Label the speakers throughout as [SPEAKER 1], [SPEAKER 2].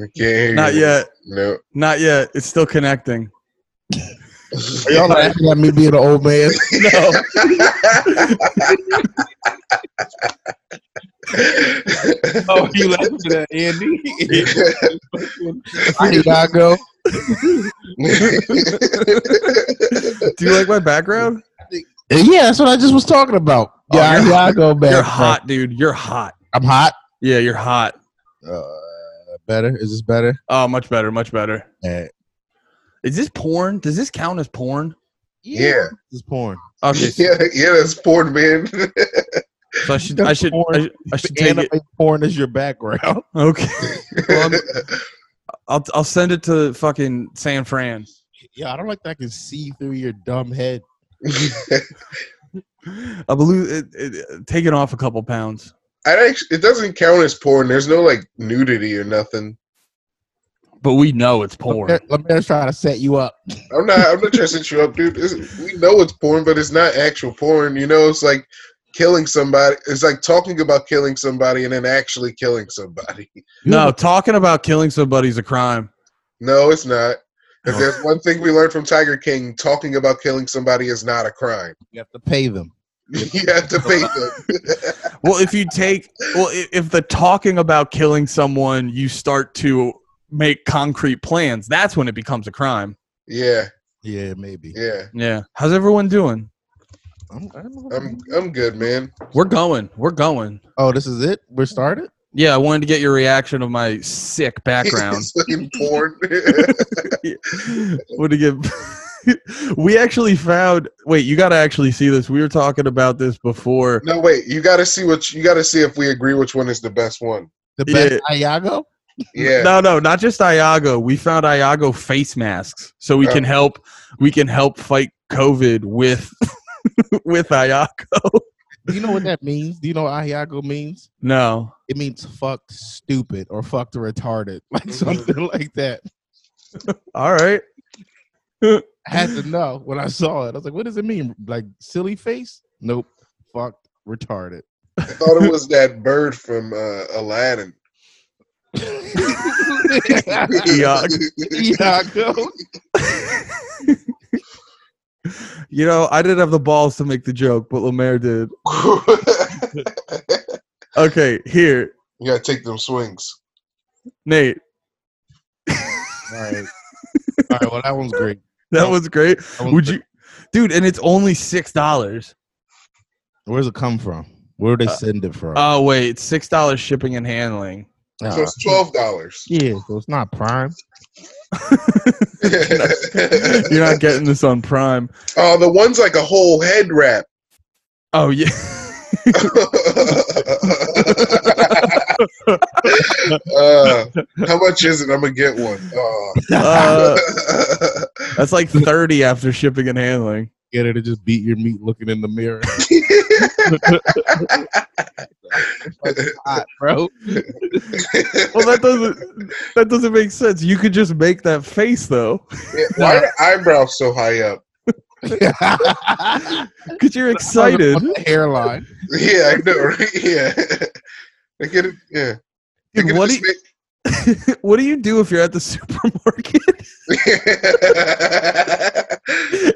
[SPEAKER 1] Okay.
[SPEAKER 2] Not yet.
[SPEAKER 1] No.
[SPEAKER 2] Not yet. It's still connecting.
[SPEAKER 3] Are y'all not acting at me being an old man?
[SPEAKER 2] No.
[SPEAKER 4] Oh, you laughing at that, Andy?
[SPEAKER 3] Did I go?
[SPEAKER 2] Do you like my background?
[SPEAKER 3] Yeah, that's what I just was talking about.
[SPEAKER 2] Oh,
[SPEAKER 3] Yeah,
[SPEAKER 2] you're
[SPEAKER 3] I, I go back.
[SPEAKER 2] You're hot, dude. You're hot.
[SPEAKER 3] I'm hot.
[SPEAKER 2] Yeah, you're hot.
[SPEAKER 3] Uh, better? Is this better?
[SPEAKER 2] Oh, much better. Much better.
[SPEAKER 3] Eh,
[SPEAKER 2] Is this porn? Does this count as porn?
[SPEAKER 1] Yeah.
[SPEAKER 3] This is porn.
[SPEAKER 2] Okay, so,
[SPEAKER 1] Yeah, yeah, that's porn, man.
[SPEAKER 2] so I should, I should, I should, I should take
[SPEAKER 3] Anime
[SPEAKER 2] it.
[SPEAKER 3] porn is your background.
[SPEAKER 2] Okay, Well, I'm- I'll, I'll send it to fucking San Fran.
[SPEAKER 3] Yeah, I don't like that I can see through your dumb head.
[SPEAKER 2] I believe it, it, take it off a couple pounds.
[SPEAKER 1] I actually, it doesn't count as porn. There's no like nudity or nothing.
[SPEAKER 2] But we know it's porn.
[SPEAKER 3] Let me just try to set you up.
[SPEAKER 1] I'm not. I'm not trying to set you up, dude. This, we know it's porn, but it's not actual porn. You know, it's like killing somebody. It's like talking about killing somebody and then actually killing somebody.
[SPEAKER 2] No, talking about killing somebody's a crime.
[SPEAKER 1] No, it's not. If there's one thing we learned from Tiger King, talking about killing somebody is not a crime.
[SPEAKER 3] You have to pay them.
[SPEAKER 1] You have to pay them.
[SPEAKER 2] Well, if you take, well, i- if the talking about killing someone, you start to make concrete plans. That's when it becomes a crime.
[SPEAKER 1] yeah,
[SPEAKER 3] Yeah, maybe.
[SPEAKER 1] yeah.
[SPEAKER 2] Yeah. How's everyone doing?
[SPEAKER 3] I'm- I'm-
[SPEAKER 1] I'm I'm good, man.
[SPEAKER 2] We're going. We're going.
[SPEAKER 3] Um, oh, this is it? We're started?
[SPEAKER 2] Yeah, I wanted to get your reaction of my sick background.
[SPEAKER 1] It's fucking porn.
[SPEAKER 2] what to give? we actually found. Wait, you got to actually see this. We were talking about this before.
[SPEAKER 1] no, wait. You got to see what you got to see if we agree which one is the best one.
[SPEAKER 3] The best Iago?
[SPEAKER 1] Yeah.
[SPEAKER 2] No, no, not just Iago. We found Iago face masks, so we can help. We can help fight COVID with with Iago.
[SPEAKER 3] Do you know what that means? Do you know what Iago means?
[SPEAKER 2] No,
[SPEAKER 3] It means fucked stupid or fucked retarded. Like something like that.
[SPEAKER 2] all right.
[SPEAKER 3] I had to know when I saw it. I was like, what does it mean? Like silly face? Nope. Fucked retarded.
[SPEAKER 1] I thought it was that bird from uh, Aladdin.
[SPEAKER 2] Yuck.
[SPEAKER 3] Iago.
[SPEAKER 2] You know, I didn't have the balls to make the joke, but Lemaire did. Okay, here,
[SPEAKER 1] you gotta take them swings.
[SPEAKER 2] Nate.
[SPEAKER 3] All right. All right. Well, that one's great.
[SPEAKER 2] That was great.
[SPEAKER 3] That one's
[SPEAKER 2] Would
[SPEAKER 3] great.
[SPEAKER 2] you, dude? And it's only six dollars.
[SPEAKER 3] Where's it come from? Where do they
[SPEAKER 2] Uh,
[SPEAKER 3] send it from?
[SPEAKER 2] Oh wait, it's six dollars shipping and handling.
[SPEAKER 3] Ah,
[SPEAKER 1] So it's twelve dollars.
[SPEAKER 3] yeah, so it's not prime.
[SPEAKER 2] You're not getting this on Prime.
[SPEAKER 1] Oh, the one's like a whole head wrap.
[SPEAKER 2] Oh yeah.
[SPEAKER 1] uh, how much is it? I'm gonna get one. Uh,
[SPEAKER 2] Uh, that's like thirty after shipping and handling.
[SPEAKER 3] Get it to just beat your meat looking in the mirror. Hot, bro.
[SPEAKER 2] Well, that doesn't that doesn't make sense. You could just make that face though,
[SPEAKER 1] Why are the eyebrows so high up?
[SPEAKER 2] because you're excited.
[SPEAKER 3] On the hairline.
[SPEAKER 1] Yeah, I know. Right? Yeah, I get it. Yeah. They
[SPEAKER 2] Dude,
[SPEAKER 1] could
[SPEAKER 2] what do
[SPEAKER 1] just
[SPEAKER 2] you, what do you do if you're at the supermarket?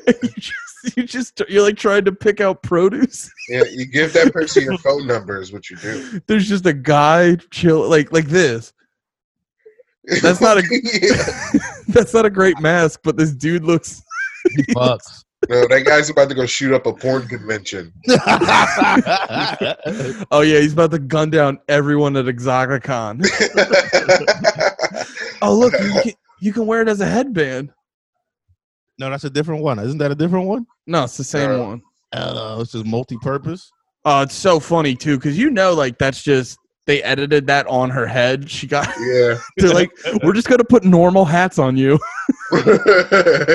[SPEAKER 1] make-
[SPEAKER 2] and you just you just you're like trying to pick out produce.
[SPEAKER 1] yeah, you give that person your phone number is what you do.
[SPEAKER 2] There's just a guy chill like like this. That's not a-
[SPEAKER 1] Yeah.
[SPEAKER 2] That's not a great mask, but this dude looks.
[SPEAKER 3] Bucks.
[SPEAKER 1] No, that guy's about to go shoot up a porn convention.
[SPEAKER 2] Oh yeah, he's about to gun down everyone at Exoticon. Oh look, you can, you can wear it as a headband.
[SPEAKER 3] no, that's a different one. Isn't that a different one?
[SPEAKER 2] No, it's the same
[SPEAKER 1] Uh,
[SPEAKER 2] one.
[SPEAKER 3] Uh, it's just multi-purpose.
[SPEAKER 2] Oh, it's so funny too, because you know, like that's just they edited that on her head. She got
[SPEAKER 1] yeah.
[SPEAKER 2] they're like, we're just gonna put normal hats on you, and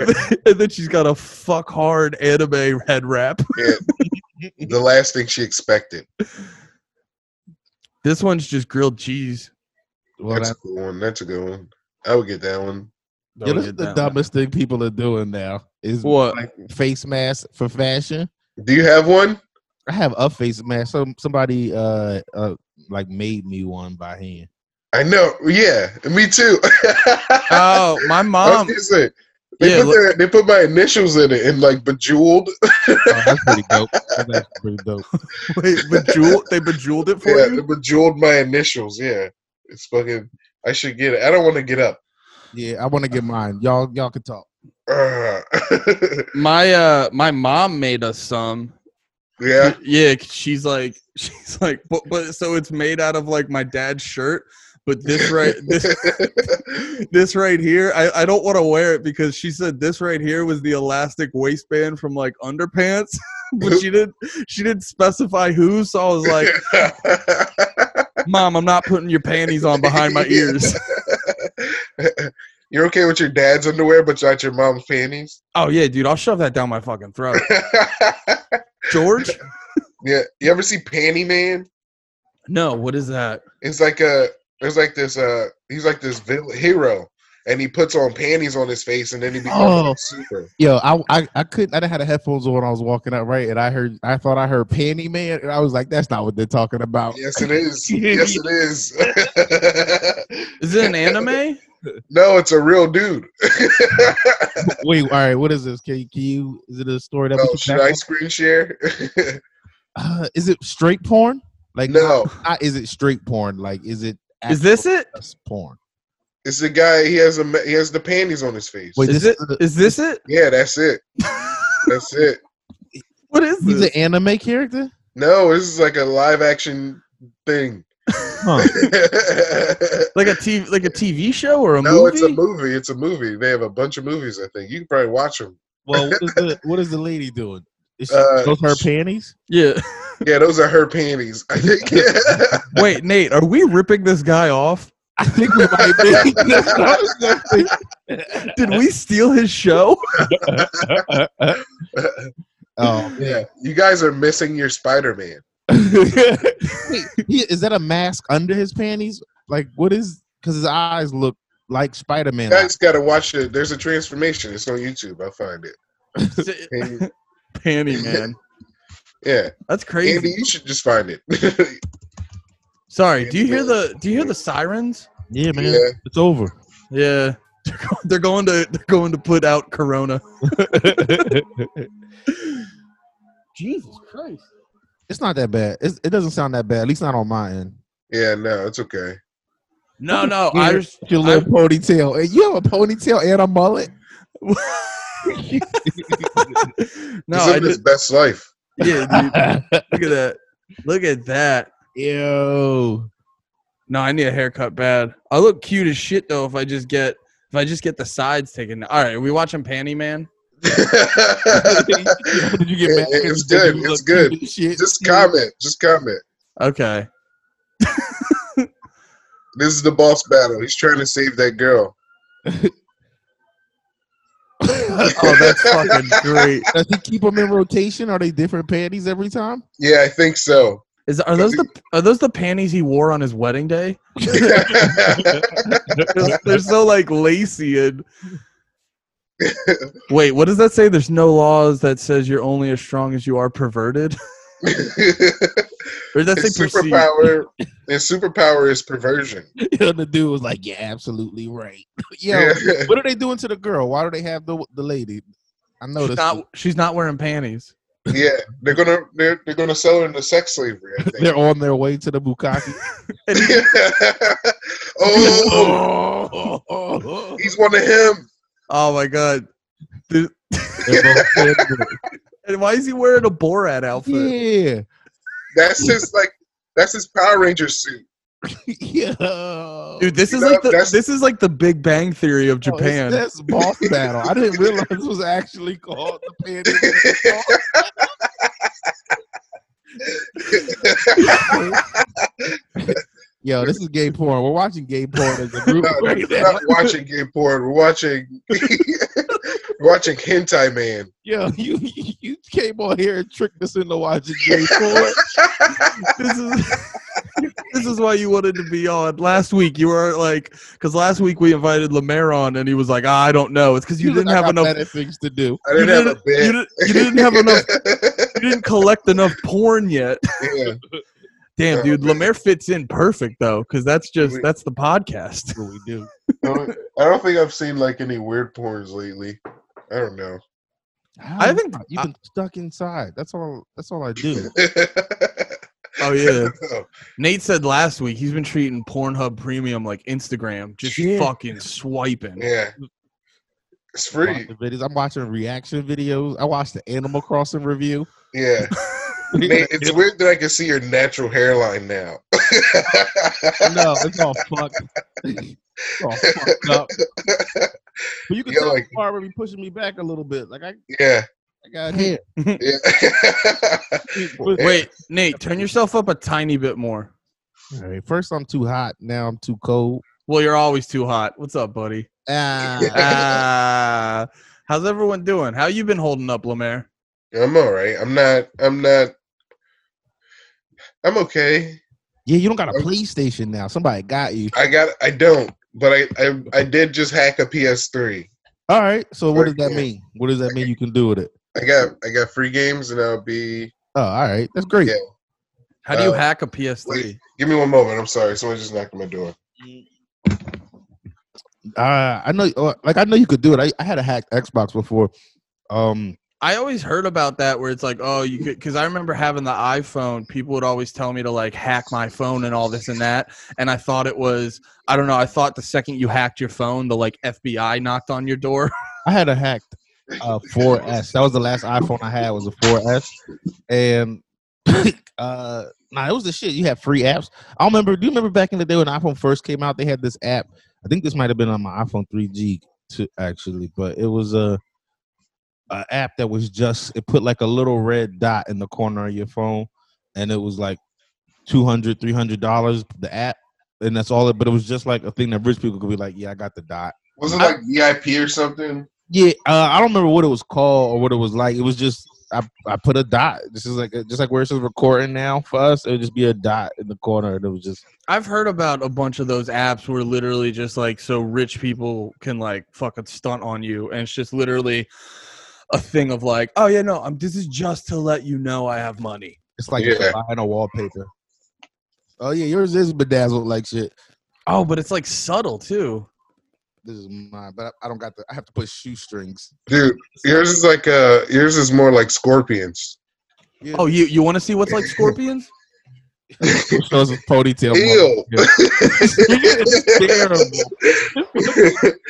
[SPEAKER 2] then, and then she's got a fuck hard anime head wrap.
[SPEAKER 1] the last thing she expected.
[SPEAKER 2] This one's just grilled cheese.
[SPEAKER 3] Well,
[SPEAKER 1] That's a
[SPEAKER 3] that,
[SPEAKER 1] good one. That's a good one. I would get that one.
[SPEAKER 3] yeah, this is the dumbest thing people are doing now is
[SPEAKER 2] What?
[SPEAKER 3] like face masks for fashion.
[SPEAKER 1] Do you have one?
[SPEAKER 3] I have a face mask. Some somebody uh, uh like made me one by hand.
[SPEAKER 1] I know. Yeah, me too.
[SPEAKER 2] Oh, my
[SPEAKER 1] I was
[SPEAKER 2] mom.
[SPEAKER 1] gonna say, they
[SPEAKER 2] Yeah,
[SPEAKER 1] put
[SPEAKER 2] look-
[SPEAKER 1] their, they put my initials in it and like bejeweled.
[SPEAKER 3] Oh, that's pretty dope. That's pretty dope.
[SPEAKER 2] Wait, bejeweled, they bejeweled it for
[SPEAKER 1] Yeah,
[SPEAKER 2] you.
[SPEAKER 1] they bejeweled my initials. Yeah, it's fucking. I should get it. I don't want to get up.
[SPEAKER 3] Yeah, I want to get mine. Y'all, y'all can talk.
[SPEAKER 1] Ugh.
[SPEAKER 2] My uh, my mom made us some.
[SPEAKER 1] yeah.
[SPEAKER 2] yeah. 'cause She's like, she's like, but, but so it's made out of like my dad's shirt, but this right, this this right here, I, I don't want to wear it because she said this right here was the elastic waistband from like underpants, but she didn't she didn't specify who, so I was like, Mom, I'm not putting your panties on behind my ears.
[SPEAKER 1] You're okay with your dad's underwear, but not your mom's panties.
[SPEAKER 2] Oh yeah, dude, I'll shove that down my fucking throat. George?
[SPEAKER 1] yeah. You ever see Panty Man?
[SPEAKER 2] No, what is that?
[SPEAKER 1] It's like a. There's like this. Uh, he's like this vil- hero, and he puts on panties on his face, and then he becomes
[SPEAKER 3] Oh.
[SPEAKER 1] super.
[SPEAKER 3] Yo, I, I I couldn't. I didn't have the headphones on when I was walking up, right? And I heard, I thought I heard "Panty Man," and I was like, "That's not what they're talking about."
[SPEAKER 1] Yes, it is. Yes, it is.
[SPEAKER 2] Is it an anime?
[SPEAKER 1] no, it's a real dude.
[SPEAKER 3] Wait, all right, what is this? Can you, can you is it a story that we
[SPEAKER 1] oh,
[SPEAKER 3] can
[SPEAKER 1] should
[SPEAKER 3] back
[SPEAKER 1] I
[SPEAKER 3] up?
[SPEAKER 1] screen share?
[SPEAKER 3] uh, is it straight porn? Like
[SPEAKER 1] no,
[SPEAKER 3] not- not- is it straight porn? Like is it
[SPEAKER 2] Is this it?
[SPEAKER 3] actual sex porn?
[SPEAKER 1] it's the guy. He has a ma- he has the panties on his face.
[SPEAKER 3] Wait,
[SPEAKER 2] Is
[SPEAKER 3] this
[SPEAKER 2] it
[SPEAKER 3] is a-
[SPEAKER 2] is this it?
[SPEAKER 1] Yeah, that's it. That's it.
[SPEAKER 2] What is
[SPEAKER 3] He's
[SPEAKER 2] this?
[SPEAKER 3] an anime character?
[SPEAKER 1] No, this is like a live action thing.
[SPEAKER 3] Huh.
[SPEAKER 2] Like a TV like a TV show or a
[SPEAKER 1] no,
[SPEAKER 2] movie?
[SPEAKER 1] it's a movie. It's a movie. They have a bunch of movies. I think you can probably watch them.
[SPEAKER 3] Well, what is the what is the lady doing? Is she,
[SPEAKER 1] Uh,
[SPEAKER 3] those her panties?
[SPEAKER 2] Yeah.
[SPEAKER 1] Yeah, those are her panties. I think.
[SPEAKER 2] Wait, Nate, are we ripping this guy off?
[SPEAKER 3] I think we might be. That's what I was gonna think.
[SPEAKER 2] Did we steal his show?
[SPEAKER 3] oh man.
[SPEAKER 1] yeah, you guys are missing your Spider Man.
[SPEAKER 3] Wait, he, is that a mask under his panties? Like what is? Because his eyes look like Spider Man.
[SPEAKER 1] You guys got to watch it. There's a transformation. It's on YouTube. I'll find it. Andy-
[SPEAKER 2] Panty man.
[SPEAKER 1] yeah,
[SPEAKER 2] That's crazy.
[SPEAKER 1] Andy, you should just find it.
[SPEAKER 2] Sorry, do you hear the do you hear the sirens?
[SPEAKER 3] Yeah, man,
[SPEAKER 1] Yeah.
[SPEAKER 3] it's over.
[SPEAKER 2] Yeah. They're go- They're going to they're going to put out corona. Jesus Christ.
[SPEAKER 3] it's not that bad. It's, it doesn't sound that bad. At least not on my end.
[SPEAKER 1] yeah, no, it's okay.
[SPEAKER 2] No, no.
[SPEAKER 3] Yeah,
[SPEAKER 2] I
[SPEAKER 3] your little ponytail. And you have a ponytail and a mullet.
[SPEAKER 2] no,
[SPEAKER 1] He's
[SPEAKER 2] I
[SPEAKER 1] living his
[SPEAKER 2] just,
[SPEAKER 1] best life.
[SPEAKER 2] yeah, dude, look at that. Look at that.
[SPEAKER 3] Yo,
[SPEAKER 2] No, I need a haircut bad. I look cute as shit though if I just get if I just get the sides taken. All right, are we watching Panty Man?
[SPEAKER 3] did you get
[SPEAKER 1] It-
[SPEAKER 3] mad?
[SPEAKER 1] it's
[SPEAKER 3] Did
[SPEAKER 1] good,
[SPEAKER 3] you
[SPEAKER 1] it's
[SPEAKER 3] look
[SPEAKER 1] good.
[SPEAKER 3] cute as shit?
[SPEAKER 1] just comment. Just comment.
[SPEAKER 2] Okay.
[SPEAKER 1] This is the boss battle. He's trying to save that girl.
[SPEAKER 2] Oh, that's fucking great.
[SPEAKER 3] Does he keep them in rotation? Are they different panties every time?
[SPEAKER 1] Yeah, I think so.
[SPEAKER 2] Is are those the are those the panties he wore on his wedding day? They're- They're so like lacy and. Wait, what does that say? There's no laws that says you're only as strong as you are perverted. Or does that
[SPEAKER 1] his
[SPEAKER 2] say perceived?
[SPEAKER 1] superpower. His superpower is perversion.
[SPEAKER 3] And the dude was like, "Yeah, absolutely right." Yo,
[SPEAKER 1] Yeah.
[SPEAKER 3] what are they doing to the girl? Why do they have the the lady? I
[SPEAKER 2] She's
[SPEAKER 3] noticed.
[SPEAKER 2] not, she's not wearing panties.
[SPEAKER 1] Yeah, they're gonna they're, they're gonna sell her into sex slavery. I think.
[SPEAKER 3] They're on their way to the bukkake.
[SPEAKER 1] oh, he's one of him.
[SPEAKER 2] Oh my god! Dude,
[SPEAKER 3] They're both dead.
[SPEAKER 2] and why is he wearing a Borat outfit?
[SPEAKER 3] yeah,
[SPEAKER 1] That's his like that's his Power Ranger suit.
[SPEAKER 3] yeah.
[SPEAKER 2] Dude, this is
[SPEAKER 1] No,
[SPEAKER 2] like the,
[SPEAKER 1] that's-
[SPEAKER 2] this is like the Big Bang Theory of
[SPEAKER 3] Oh, it's-
[SPEAKER 2] Japan.
[SPEAKER 3] That's boss battle. I didn't realize it was actually called the panty. Yo, this is gay porn. We're watching gay porn as a group
[SPEAKER 1] No,
[SPEAKER 3] right
[SPEAKER 1] we're
[SPEAKER 3] now.
[SPEAKER 1] not watching gay porn. We're watching we're watching hentai man.
[SPEAKER 3] Yo, you you came on here and tricked us into watching gay porn.
[SPEAKER 2] this is this is why you wanted to be on last week. You were like, because last week we invited Lemaire on, and he was like, ah, I don't know. It's because you
[SPEAKER 3] look
[SPEAKER 2] didn't
[SPEAKER 3] like
[SPEAKER 2] have
[SPEAKER 3] I
[SPEAKER 2] enough.
[SPEAKER 3] Better things to do.
[SPEAKER 1] I
[SPEAKER 2] You
[SPEAKER 1] didn't have a
[SPEAKER 2] didn't, you
[SPEAKER 1] bit.
[SPEAKER 2] didn't- you didn't have enough. You didn't collect enough porn yet.
[SPEAKER 1] yeah.
[SPEAKER 2] Damn,
[SPEAKER 1] Yeah.
[SPEAKER 2] dude, Lemaire fits in perfect though, because that's just
[SPEAKER 1] We-
[SPEAKER 2] that's the podcast.
[SPEAKER 3] That's what we do.
[SPEAKER 1] I don't- I don't think I've seen like any weird porns lately. I don't know.
[SPEAKER 2] I think-
[SPEAKER 3] you've been stuck inside. That's all. That's all I do.
[SPEAKER 2] Oh yeah, Nate said last week he's been treating Pornhub Premium like Instagram, just
[SPEAKER 3] Yeah.
[SPEAKER 2] fucking swiping.
[SPEAKER 1] yeah. It's
[SPEAKER 3] Watch
[SPEAKER 1] free.
[SPEAKER 3] the videos. I'm watching reaction videos. I watched the Animal Crossing review.
[SPEAKER 1] Yeah. Nate, it's weird that I can see your natural hairline now.
[SPEAKER 3] no, it's all fucked. it's all fucked up. But you can
[SPEAKER 1] Yeah,
[SPEAKER 3] tell
[SPEAKER 1] like-
[SPEAKER 3] the barber be pushing me back a little bit. Like I,
[SPEAKER 1] yeah.
[SPEAKER 3] I got hair.
[SPEAKER 1] Yeah.
[SPEAKER 3] But-
[SPEAKER 2] Wait, Nate, turn yourself up a tiny bit more.
[SPEAKER 3] All right, first I'm too hot. Now I'm too cold.
[SPEAKER 2] Well, you're always too hot. What's up, buddy?
[SPEAKER 3] Ah,
[SPEAKER 2] Ah, how's everyone doing? How you been holding up, Lemaire?
[SPEAKER 1] I'm all right. I'm not. I'm not. I'm okay.
[SPEAKER 3] yeah, you don't got a PlayStation now. Somebody got you.
[SPEAKER 1] I got. I don't. But I. I, I did just hack a PS3.
[SPEAKER 3] All right. So what does that
[SPEAKER 1] Yeah.
[SPEAKER 3] mean? What does that mean? You can do with it.
[SPEAKER 1] I got. I got free games, and I'll be.
[SPEAKER 3] Oh, all right. That's great.
[SPEAKER 1] Yeah.
[SPEAKER 2] How do you
[SPEAKER 1] Uh,
[SPEAKER 2] hack a PS3?
[SPEAKER 1] Give me one moment. I'm sorry. Someone just knocked on my door.
[SPEAKER 3] Uh, I know. uh, Like I know you could do it. I, I had a hacked Xbox before. Um,
[SPEAKER 2] I always heard about that where it's like, oh, you could, because I remember having the iPhone. People would always tell me to like hack my phone and all this and that. And I thought it was, I don't know, I thought the second you hacked your phone, the like FBI knocked on your door.
[SPEAKER 3] I had a hacked uh 4S. That was the last iPhone I had was a 4S, and uh, nah, it was the shit. You had free apps. I remember. Do you remember back in the day when the iPhone first came out? They had this app. I think this might have been on my iPhone 3G too, actually, but it was a a app that was just it put like a little red dot in the corner of your phone, and it was like 200 300 dollars the app, and that's all it. But it was just like a thing that rich people could be like, yeah, I got the dot.
[SPEAKER 1] Was it like VIP or something?
[SPEAKER 3] Yeah, uh, I don't remember what it was called or what it was like. It was just I, I put a dot. This is like a, just like where it says recording now for us. It would just be a dot in the corner, and it was just
[SPEAKER 2] I've heard about a bunch of those apps where literally just like so rich people can like fucking stunt on you, and it's just literally a thing of like, oh yeah, no, I'm, this is just to let you know I have money.
[SPEAKER 3] it's like
[SPEAKER 1] Yeah.
[SPEAKER 3] buying a wallpaper. Oh yeah, yours is bedazzled like shit.
[SPEAKER 2] Oh, but it's like subtle too.
[SPEAKER 3] This is mine, but I, I don't got the. I have to put shoestrings.
[SPEAKER 1] Dude, yours is like uh yours is more like scorpions.
[SPEAKER 3] Yeah.
[SPEAKER 2] Oh, you you want to see what's like scorpions?
[SPEAKER 3] so it's a ponytail.
[SPEAKER 1] Ew.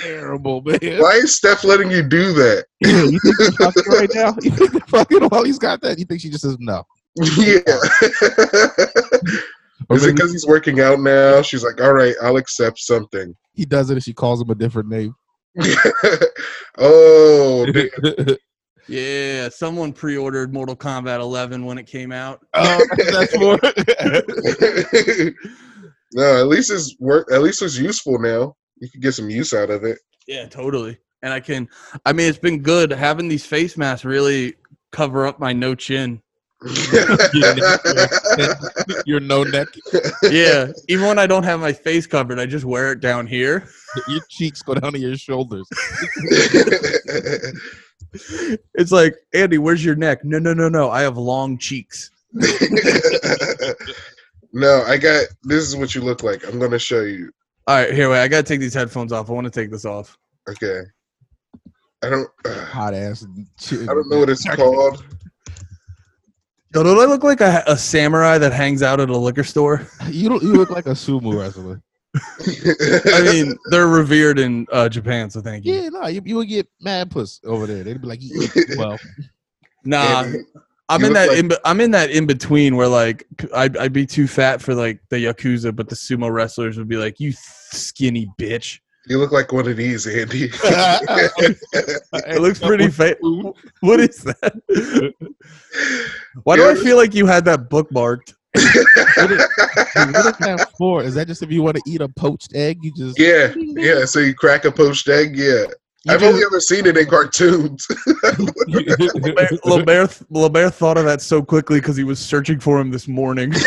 [SPEAKER 3] terrible, terrible man.
[SPEAKER 1] Why is Steph letting you do that?
[SPEAKER 3] Ew, you think she's fucking right now? You think fucking Wally's got that? You think she just says no?
[SPEAKER 1] Yeah.
[SPEAKER 3] Or
[SPEAKER 1] is it
[SPEAKER 3] maybe
[SPEAKER 1] because he's working out now? She's like, all right, I'll accept something.
[SPEAKER 3] he does it and she calls him a different name.
[SPEAKER 1] oh, dude.
[SPEAKER 2] Yeah, someone pre-ordered Mortal Kombat 11 when it came out.
[SPEAKER 3] Oh, that's more.
[SPEAKER 1] no, at least it's work. At least it's useful now. You can get some use out of it.
[SPEAKER 2] Yeah, totally. And I can, I mean, it's been good having these face masks really cover up my no chin.
[SPEAKER 3] Your no neck,
[SPEAKER 2] Yeah, even when I don't have my face covered, I just wear it down here.
[SPEAKER 3] your cheeks go down to your shoulders.
[SPEAKER 2] It's like, Andy, where's your neck? No, no, no, no. I have long cheeks.
[SPEAKER 1] no, I got. This is what you look like. I'm gonna show you.
[SPEAKER 2] All right, here, wait. I gotta take these headphones off. I want to take this off.
[SPEAKER 1] Okay. I don't. I
[SPEAKER 3] Hot ass. Chin.
[SPEAKER 1] don't know what it's called.
[SPEAKER 2] Yo, do I look like a, a samurai that hangs out at a liquor store?
[SPEAKER 3] You don't. You look like a sumo wrestler.
[SPEAKER 2] I mean, they're revered in uh, Japan, so thank you.
[SPEAKER 3] Yeah, no, you, you would get mad puss over there. They'd be like, "You- well,
[SPEAKER 2] Nah,
[SPEAKER 1] Andy,
[SPEAKER 2] I'm
[SPEAKER 1] you
[SPEAKER 2] in
[SPEAKER 1] look
[SPEAKER 2] that.
[SPEAKER 1] like-
[SPEAKER 2] in, I'm in that in between where like I'd, I'd be too fat for like the yakuza, but the sumo wrestlers would be like, "You skinny bitch."
[SPEAKER 1] you look like one of these, Andy.
[SPEAKER 2] It looks pretty fat. What is that? Why do
[SPEAKER 1] Yeah,
[SPEAKER 2] I feel like you had that bookmarked?
[SPEAKER 3] what is that for? Is that just if you want to eat a poached egg? You just
[SPEAKER 1] yeah, yeah. So you crack a poached egg. Yeah,
[SPEAKER 3] You
[SPEAKER 1] I've only ever seen it in cartoons.
[SPEAKER 2] Lambert, Lambert, Lambert thought of that so quickly because he was searching for him this morning.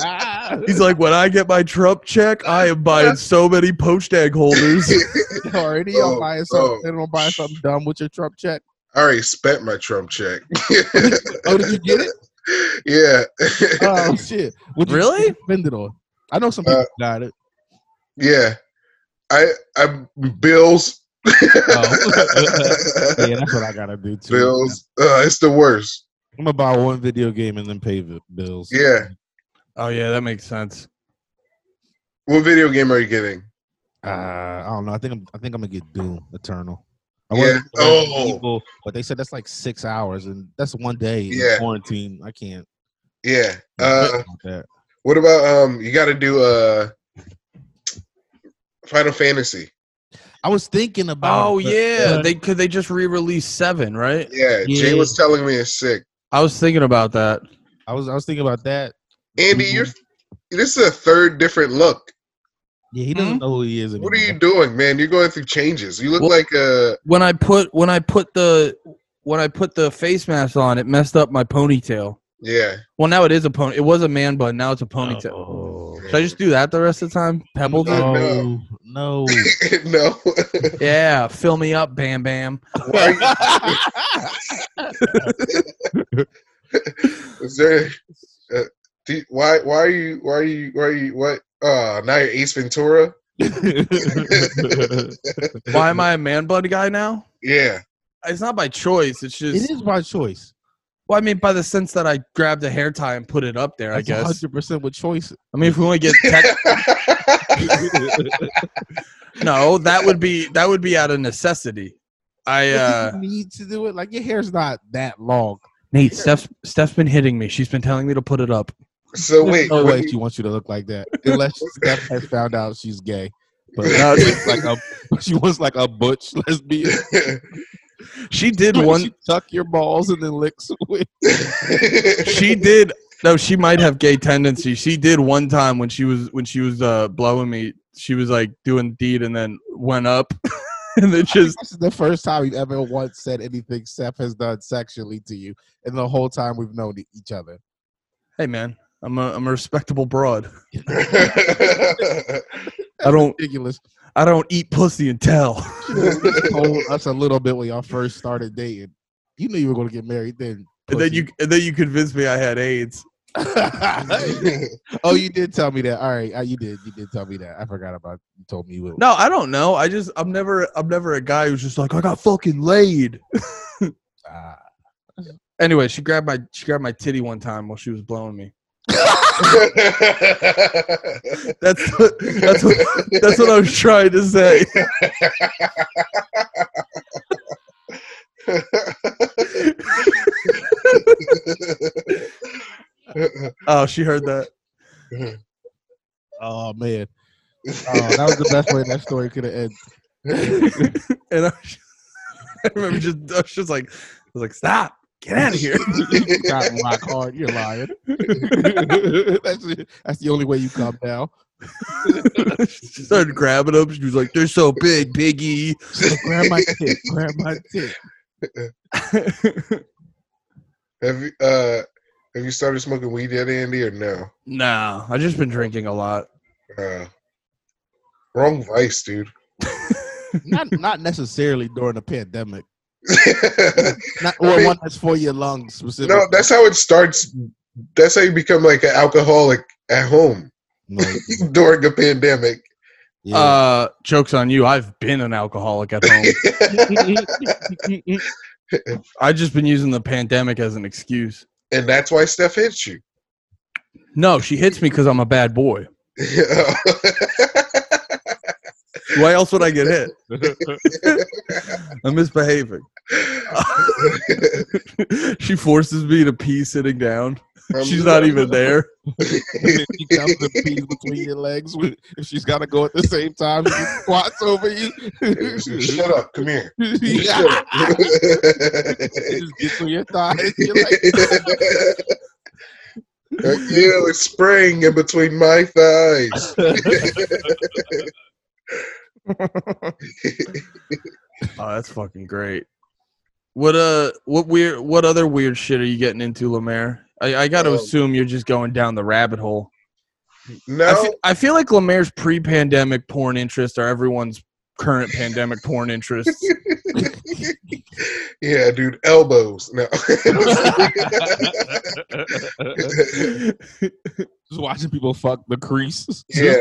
[SPEAKER 3] Ah,
[SPEAKER 2] He's like, when I get my Trump check, I am buying so many poached egg holders.
[SPEAKER 3] already. I'm
[SPEAKER 1] Oh,
[SPEAKER 3] buying something.
[SPEAKER 1] oh.
[SPEAKER 3] Then I'm buying something dumb with your Trump check.
[SPEAKER 1] I already spent my Trump check.
[SPEAKER 3] Oh, did you get it?
[SPEAKER 1] yeah.
[SPEAKER 3] Oh shit! What you
[SPEAKER 2] Really?
[SPEAKER 3] spend it on? I know some people
[SPEAKER 1] Uh,
[SPEAKER 3] got it.
[SPEAKER 1] yeah. I I bills.
[SPEAKER 3] Oh. Yeah, that's what I gotta do too.
[SPEAKER 1] bills. Uh, it's the worst.
[SPEAKER 3] I'm gonna buy one video game and then pay the bills.
[SPEAKER 1] Yeah.
[SPEAKER 2] Oh yeah, that makes sense.
[SPEAKER 1] What video game are you getting?
[SPEAKER 3] Uh, I don't know. I think I'm. I think I'm gonna get Doom Eternal. I
[SPEAKER 1] Yeah.
[SPEAKER 3] wanted to play
[SPEAKER 1] Oh.
[SPEAKER 3] Evil, but they said that's like six hours, and that's one day in
[SPEAKER 1] Yeah.
[SPEAKER 3] quarantine. I can't.
[SPEAKER 1] Yeah. Uh,
[SPEAKER 3] about that.
[SPEAKER 1] what about um? You got to do uh. Final Fantasy.
[SPEAKER 3] I was thinking about.
[SPEAKER 2] Oh
[SPEAKER 3] it, but-
[SPEAKER 2] yeah,
[SPEAKER 3] but
[SPEAKER 2] they could they just re-released seven, right?
[SPEAKER 1] Yeah, Jay
[SPEAKER 3] Yeah.
[SPEAKER 1] was telling me it's sick.
[SPEAKER 2] I was thinking about that.
[SPEAKER 3] I was. I was thinking about that.
[SPEAKER 1] Andy,
[SPEAKER 3] Mhm.
[SPEAKER 1] you're this is a third different look.
[SPEAKER 3] Yeah, he
[SPEAKER 2] Hmm?
[SPEAKER 3] doesn't know who he is anymore.
[SPEAKER 1] What are you doing, man? You're going through changes. You look
[SPEAKER 2] Well-
[SPEAKER 1] like uh, a
[SPEAKER 2] When I put when I put the when I put the face mask on, it messed up my ponytail.
[SPEAKER 1] yeah.
[SPEAKER 2] Well, now it is a pony. It was a man bun. Now it's a ponytail.
[SPEAKER 3] Oh.
[SPEAKER 2] Should I just do that the rest of the time? Pebble.
[SPEAKER 1] No.
[SPEAKER 2] it?
[SPEAKER 3] No, no.
[SPEAKER 1] no.
[SPEAKER 2] Yeah, fill me up, Bam Bam.
[SPEAKER 1] Why are you- Is there? Uh, do, you- why? Why are you? Why are you? Why are you? What? Uh, now you're Ace Ventura.
[SPEAKER 2] Why am I a man bun guy now?
[SPEAKER 1] Yeah.
[SPEAKER 2] It's not by choice. It's
[SPEAKER 3] it
[SPEAKER 2] just.
[SPEAKER 3] is by choice.
[SPEAKER 2] Well, I mean, by the sense that I grabbed a hair tie and put it up there. I
[SPEAKER 3] That's
[SPEAKER 2] guess.
[SPEAKER 3] hundred percent with choice.
[SPEAKER 2] I mean, if we want to get tech, no, that would be that would be out of necessity. I
[SPEAKER 3] yeah.
[SPEAKER 2] uh
[SPEAKER 3] you need to do it. Like your hair's not that long.
[SPEAKER 2] Nate, Steph's Steph's been hitting me. She's been telling me to put it up.
[SPEAKER 1] so wait.
[SPEAKER 3] There's
[SPEAKER 1] what
[SPEAKER 3] no way
[SPEAKER 1] do
[SPEAKER 3] she
[SPEAKER 1] you-
[SPEAKER 3] wants you to look like that, unless Steph has found out she's gay. But
[SPEAKER 2] No,
[SPEAKER 3] she wants like a, she wants like a butch lesbian.
[SPEAKER 2] She did
[SPEAKER 3] One
[SPEAKER 2] one
[SPEAKER 3] she tuck your balls and then licks. With.
[SPEAKER 2] she did no, she might have gay tendencies. She did one time when she was when she was uh blowing me, she was like doing deed and then went up and then just
[SPEAKER 3] This is the first time you've ever once said anything Steph has done sexually to you, and the whole time we've known e-, each other.
[SPEAKER 2] Hey man, I'm a I'm a respectable broad. I don't
[SPEAKER 3] Ridiculous.
[SPEAKER 2] I don't eat pussy and tell.
[SPEAKER 3] Told us a little bit when y'all first started dating. You knew you were going to get married then.
[SPEAKER 2] And then you and then you convinced me I had AIDS.
[SPEAKER 3] pussy. oh, you did tell me that. All right, uh, you did. You did tell me that. I forgot about. You told me you would.
[SPEAKER 2] No, I don't know. I just I'm never I'm never a guy who's just like I got fucking laid.
[SPEAKER 3] Ah.
[SPEAKER 2] Anyway, she grabbed my she grabbed my titty one time while she was blowing me. That's what, that's what, that's what I was trying to say. Oh, she heard that.
[SPEAKER 3] Oh man, oh, that was the best way that story could have ended.
[SPEAKER 2] And I, was- I remember just I was just like I was like stop, get out of here.
[SPEAKER 3] You got rock hard. You're lying. that's, that's the only way you come down.
[SPEAKER 2] she started grabbing them. She was like they're so big, Biggie.
[SPEAKER 3] Grab my tip. Grab my tip.
[SPEAKER 1] have you uh have you started smoking weed yet, Andy, or no?
[SPEAKER 2] nah, I just been drinking a lot.
[SPEAKER 1] Uh, wrong vice, dude.
[SPEAKER 3] Not not necessarily during the pandemic.
[SPEAKER 1] no,
[SPEAKER 3] Not or
[SPEAKER 1] I mean-
[SPEAKER 3] one that's for your lungs specifically.
[SPEAKER 1] that's how it starts. That's how you become like an alcoholic at home
[SPEAKER 3] No,
[SPEAKER 1] during a pandemic.
[SPEAKER 3] yeah.
[SPEAKER 2] Uh, jokes on you. I've been an alcoholic at home. I've just been using the pandemic as an excuse.
[SPEAKER 1] and that's why Steph hits you.
[SPEAKER 2] No, she hits me because I'm a bad boy. Why else would I get hit? I'm misbehaving. she forces me to pee sitting down. She's not even there.
[SPEAKER 3] if she comes to pee between your legs, with- if she's got to go at the same time, she squats over you.
[SPEAKER 1] Shut up. Come here. Shut
[SPEAKER 3] yeah.
[SPEAKER 1] up.
[SPEAKER 3] It just gets on your thighs. You're like,
[SPEAKER 1] Uh, Ew, it's spraying in between my thighs.
[SPEAKER 2] Oh, that's fucking great. What uh, what weird, what other weird shit are you getting into, Lemaire? I, I got to
[SPEAKER 1] Um,
[SPEAKER 2] assume you're just going down the rabbit hole. I
[SPEAKER 1] No,
[SPEAKER 2] feel, I feel like Lemaire's pre-pandemic porn interests are everyone's current pandemic porn interests.
[SPEAKER 1] yeah, dude, elbows. No.
[SPEAKER 3] Just watching people fuck the crease.
[SPEAKER 1] yeah.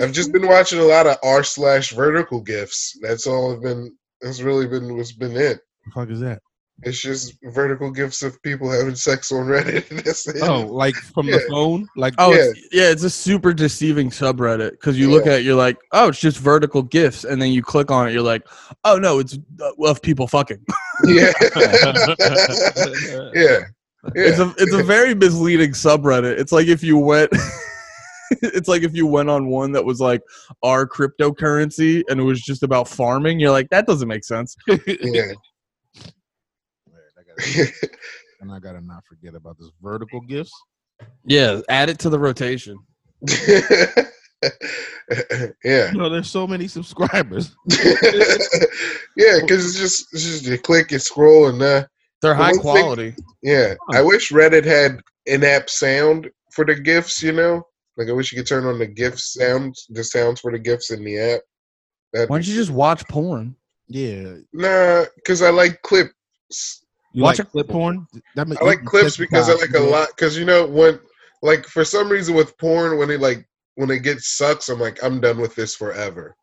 [SPEAKER 1] I've just been watching a lot of R slash vertical gifts. That's all I've been that's really been what's been it.
[SPEAKER 3] the fuck is that?
[SPEAKER 1] It's just vertical gifts of people having sex on Reddit. That's it.
[SPEAKER 3] Oh, like from the
[SPEAKER 1] Yeah.
[SPEAKER 3] phone? Like
[SPEAKER 2] Oh, It's, yeah, it's a super deceiving subreddit because you look
[SPEAKER 1] Yeah.
[SPEAKER 2] at it, you're like, oh, it's just vertical gifts, and then you click on it, you're like, oh no, it's uh, of people fucking.
[SPEAKER 1] Yeah. yeah.
[SPEAKER 2] It's
[SPEAKER 1] Yeah.
[SPEAKER 2] a it's a very misleading subreddit. It's like if you went. It's like if you went on one that was like our cryptocurrency and it was just about farming, you're like, that doesn't make sense.
[SPEAKER 1] Yeah.
[SPEAKER 3] Wait, I gotta- and I gotta not forget about this vertical gifts.
[SPEAKER 2] Yeah, add it to the rotation.
[SPEAKER 1] yeah.
[SPEAKER 3] You know, there's so many subscribers.
[SPEAKER 1] yeah, because it's just it's just you click, you scroll, and uh,
[SPEAKER 2] They're high
[SPEAKER 1] Well, one thing-
[SPEAKER 2] quality.
[SPEAKER 1] yeah. I wish Reddit had in-app sound for the gifs. You know, like I wish you could turn on the gif sounds, the sounds for the gifs in the app. That
[SPEAKER 2] Why don't you just watch porn?
[SPEAKER 3] Yeah.
[SPEAKER 1] nah, because I like clips.
[SPEAKER 3] You
[SPEAKER 2] Watch
[SPEAKER 3] like
[SPEAKER 2] a-
[SPEAKER 3] clip porn? That ma-
[SPEAKER 1] I like
[SPEAKER 3] you
[SPEAKER 1] clips
[SPEAKER 3] clip
[SPEAKER 1] because I
[SPEAKER 3] top,
[SPEAKER 1] like a
[SPEAKER 3] you know?
[SPEAKER 1] lot. Because you know when, like for some reason with porn, when it like when it gets sucks, I'm like I'm done with this forever.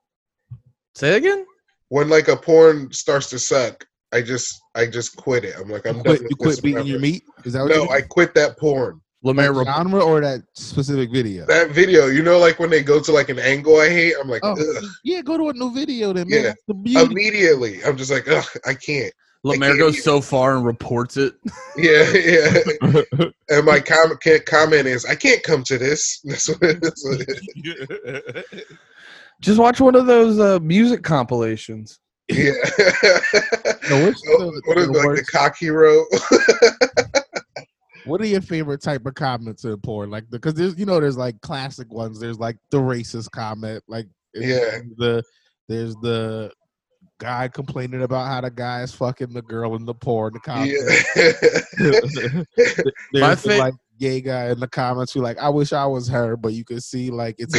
[SPEAKER 2] Say it again?
[SPEAKER 1] When like a porn starts to suck, I just I just quit it. I'm like I'm
[SPEAKER 3] You
[SPEAKER 1] done.
[SPEAKER 3] quit,
[SPEAKER 1] With
[SPEAKER 3] you quit
[SPEAKER 1] this
[SPEAKER 3] beating
[SPEAKER 1] forever.
[SPEAKER 3] your meat? Is that what
[SPEAKER 1] No,
[SPEAKER 3] you
[SPEAKER 1] I quit that porn.
[SPEAKER 2] Lemaire
[SPEAKER 3] like genre or that specific video?
[SPEAKER 1] That video, you know, like when they go to like an angle I hate, I'm like,
[SPEAKER 3] Oh,
[SPEAKER 1] ugh.
[SPEAKER 3] yeah, go to a new video then, man.
[SPEAKER 1] Yeah.
[SPEAKER 3] That's the beauty.
[SPEAKER 1] immediately, I'm just like, ugh, I can't.
[SPEAKER 2] Lemaire
[SPEAKER 1] can't
[SPEAKER 2] goes
[SPEAKER 1] even-
[SPEAKER 2] so far and reports it.
[SPEAKER 1] Yeah, yeah. and my com- can't comment is, I can't come to this. That's what it is.
[SPEAKER 2] Just watch one of those uh, music compilations.
[SPEAKER 1] Yeah.
[SPEAKER 3] No, what's the-
[SPEAKER 1] what is it, like
[SPEAKER 3] the
[SPEAKER 1] the
[SPEAKER 3] worst-
[SPEAKER 1] cock hero?
[SPEAKER 3] What are your favorite type of comments in porn? Like, because there's you know there's like classic ones. There's like the racist comment. Like, it's
[SPEAKER 1] Yeah.
[SPEAKER 3] the there's the guy complaining about how the guy is fucking the girl in the porn. The comment.
[SPEAKER 1] yeah.
[SPEAKER 3] there's the,
[SPEAKER 2] fa-
[SPEAKER 3] like gay guy in the comments who like I wish I was her, but you could see like it's.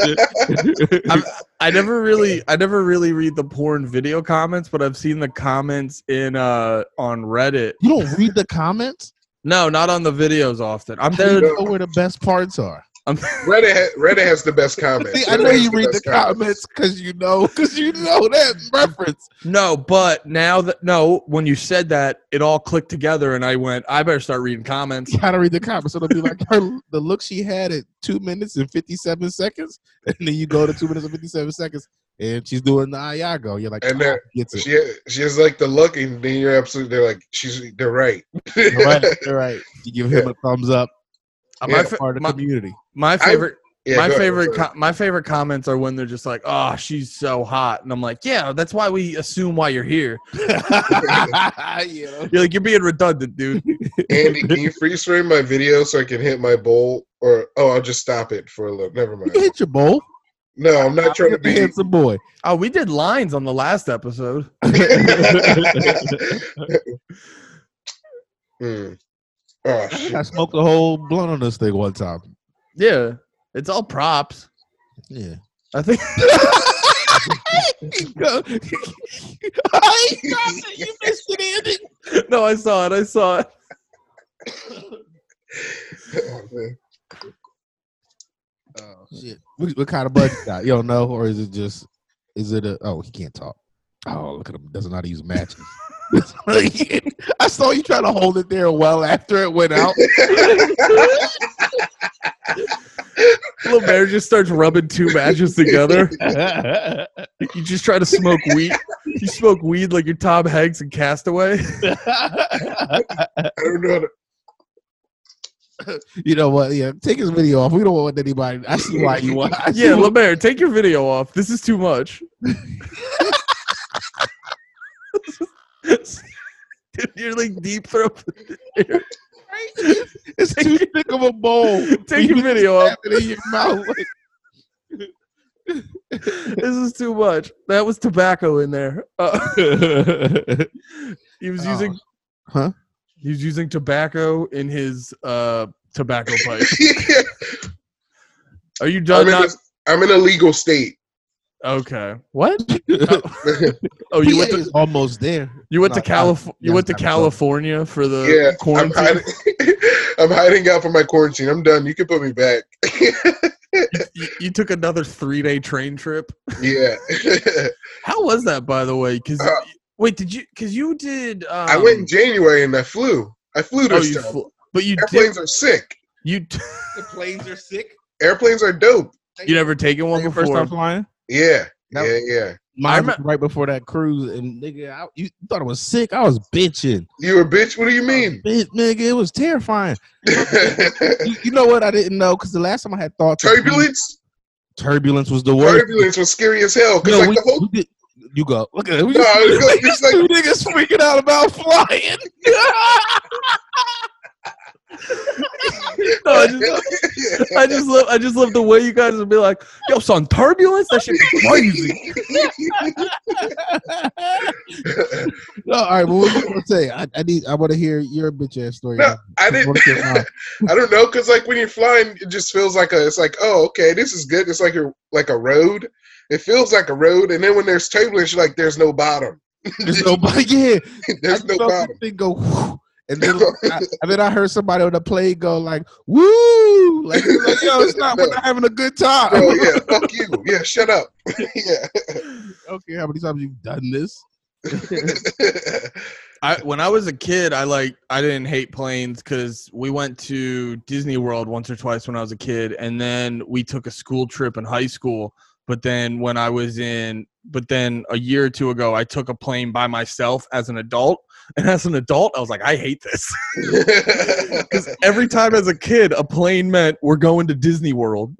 [SPEAKER 3] A-
[SPEAKER 2] I'm- I never really, I never really read the porn video comments, but I've seen the comments in uh on Reddit.
[SPEAKER 3] you don't read the comments.
[SPEAKER 2] No, not on the videos often. I'm
[SPEAKER 3] How do
[SPEAKER 2] there.
[SPEAKER 3] you know where the best parts are.
[SPEAKER 2] I'm,
[SPEAKER 1] Reddit, ha- Reddit has the best comments.
[SPEAKER 3] See, I know
[SPEAKER 1] Reddit has
[SPEAKER 3] you read the
[SPEAKER 1] best
[SPEAKER 3] comments because you know because you know that reference.
[SPEAKER 2] no, but now that no, when you said that, it all clicked together, and I went, I better start reading comments.
[SPEAKER 3] You gotta read the comments. So it'll be like her, the look she had at two minutes and fifty seven seconds, and then you go to two minutes and fifty seven seconds, and she's doing the Ayago. You're like,
[SPEAKER 1] And
[SPEAKER 3] ah,
[SPEAKER 1] there-
[SPEAKER 3] gets it.
[SPEAKER 1] She she has like the look, and then you're absolutely. They're like, she's. They're right.
[SPEAKER 3] All right, all right. You give him a thumbs up.
[SPEAKER 2] Uh,
[SPEAKER 1] Yeah.
[SPEAKER 2] my, fa-
[SPEAKER 3] Part of the
[SPEAKER 2] my,
[SPEAKER 3] community.
[SPEAKER 2] my favorite,
[SPEAKER 1] Yeah, go
[SPEAKER 2] my
[SPEAKER 1] ahead,
[SPEAKER 2] favorite,
[SPEAKER 1] go ahead.
[SPEAKER 2] co- my favorite comments are when they're just like, "Oh, she's so hot," and I'm like, "Yeah, that's why we assume why you're here."
[SPEAKER 3] You know?
[SPEAKER 2] You're like, "You're being redundant, dude."
[SPEAKER 1] Andy, can you freeze frame my video so I can hit my bowl? Or oh, I'll just stop it for a little. Never
[SPEAKER 3] You can
[SPEAKER 1] mind.
[SPEAKER 3] hit your bowl.
[SPEAKER 1] No, I'm not trying to
[SPEAKER 3] You're a
[SPEAKER 1] be.
[SPEAKER 3] handsome boy.
[SPEAKER 2] Oh, we did lines on the last episode.
[SPEAKER 1] Hmm. Oh
[SPEAKER 3] I think
[SPEAKER 1] shit.
[SPEAKER 3] I smoked a whole blunt on this thing one time.
[SPEAKER 2] Yeah, it's all props.
[SPEAKER 3] Yeah.
[SPEAKER 2] I think
[SPEAKER 3] you got it. You missed it, Andy.
[SPEAKER 2] no, I saw it. I saw it.
[SPEAKER 1] Oh, man.
[SPEAKER 3] Oh shit! What, what kind of budget you got? You don't know, or is it just? Is it a? Oh, he can't talk. Oh, look at him! Doesn't know how to use matches. I saw you trying to hold it there well after it went out.
[SPEAKER 2] Little Bear just starts rubbing two matches together. You just try to smoke weed. You smoke weed like you're Tom Hanks in Castaway.
[SPEAKER 1] I don't know. How to,
[SPEAKER 3] you know what? Yeah, take his video off. We don't want anybody. I see why you want. I see
[SPEAKER 2] Yeah,
[SPEAKER 3] why-
[SPEAKER 2] Lemaire, take your video off. This is too much. Dude, you're like deep throat.
[SPEAKER 3] it's too thick of a bowl.
[SPEAKER 2] Take your video off.
[SPEAKER 3] Have it in your mouth.
[SPEAKER 2] This is too much. That was tobacco in there. Uh, he was
[SPEAKER 3] Oh.
[SPEAKER 2] using,
[SPEAKER 3] Huh?
[SPEAKER 2] He was using tobacco in his uh tobacco pipe. Are you
[SPEAKER 1] I'm,
[SPEAKER 2] done?
[SPEAKER 1] in
[SPEAKER 2] Not
[SPEAKER 1] a, I'm in a legal state.
[SPEAKER 2] Okay.
[SPEAKER 4] What?
[SPEAKER 2] Oh, you went
[SPEAKER 3] PA
[SPEAKER 2] to
[SPEAKER 3] is almost there.
[SPEAKER 2] you went to
[SPEAKER 3] No, I-
[SPEAKER 2] California. You
[SPEAKER 3] yeah,
[SPEAKER 2] went to
[SPEAKER 3] I'm sorry.
[SPEAKER 2] California for the
[SPEAKER 1] yeah, I'm
[SPEAKER 2] quarantine.
[SPEAKER 1] hiding, I'm hiding out for my quarantine. I'm done. You can put me back.
[SPEAKER 2] You, you took another three day train trip.
[SPEAKER 1] yeah,
[SPEAKER 2] How was that, by the way? Because
[SPEAKER 1] Uh,
[SPEAKER 2] wait, did you? Because you did. Um,
[SPEAKER 1] I went in January and I flew. I flew
[SPEAKER 2] Oh,
[SPEAKER 1] this
[SPEAKER 2] you
[SPEAKER 1] time.
[SPEAKER 2] fl- but you did.
[SPEAKER 1] Airplanes are sick.
[SPEAKER 2] You t-
[SPEAKER 3] The planes are sick.
[SPEAKER 1] Airplanes are dope.
[SPEAKER 2] you never taken one
[SPEAKER 3] Your first
[SPEAKER 2] before.
[SPEAKER 3] time flying.
[SPEAKER 1] Yeah,
[SPEAKER 3] No.
[SPEAKER 1] yeah, yeah.
[SPEAKER 3] Mine
[SPEAKER 2] I'm-
[SPEAKER 3] was right before that cruise, and nigga, I, you thought I was sick. I was bitching.
[SPEAKER 1] You a bitch? What do you mean?
[SPEAKER 3] Bitch, nigga, it was terrifying.
[SPEAKER 2] Um,
[SPEAKER 3] You, you know what? I didn't know because the last time I had thoughts, of being-
[SPEAKER 1] Turbulence.
[SPEAKER 3] turbulence was the worst.
[SPEAKER 1] Turbulence was scary as hell. Cause
[SPEAKER 3] No,
[SPEAKER 1] like
[SPEAKER 3] we,
[SPEAKER 1] the whole
[SPEAKER 3] we did, you go. Look at it. We
[SPEAKER 1] No, I was gonna-
[SPEAKER 3] just,
[SPEAKER 1] it's like-
[SPEAKER 3] two niggas freaking out about flying.
[SPEAKER 2] No, I just, I just love. I just love the way you guys would be like, "Yo, son, turbulence. That should be crazy."
[SPEAKER 3] No, all right, but what you gonna say? I, I need. I want to hear your bitch ass story.
[SPEAKER 1] No, I didn't.
[SPEAKER 3] What's your line?
[SPEAKER 1] I don't know, cause like when you're flying, it just feels like a. It's like, oh, okay, this is good. It's like you're like a road. It feels like a road, and then when there's turbulence, you're like, there's no bottom.
[SPEAKER 3] There's nobody. Yeah,
[SPEAKER 1] there's
[SPEAKER 3] I
[SPEAKER 1] no
[SPEAKER 3] felt
[SPEAKER 1] bottom.
[SPEAKER 3] this Thing go, whoo, and then I, and then I heard somebody on the plane go like, "Woo!" Like, it was like, yo, it's not. We're not having a good time.
[SPEAKER 1] Oh yeah, fuck you. Yeah, shut up. yeah.
[SPEAKER 3] okay, how many times you've done this?
[SPEAKER 2] I when I was a kid, I like I didn't hate planes because we went to Disney World once or twice when I was a kid, and then we took a school trip in high school. But then when I was in, but then a year or two ago, I took a plane by myself as an adult, and as an adult, I was like, I hate this because every time as a kid, a plane meant we're going to Disney World.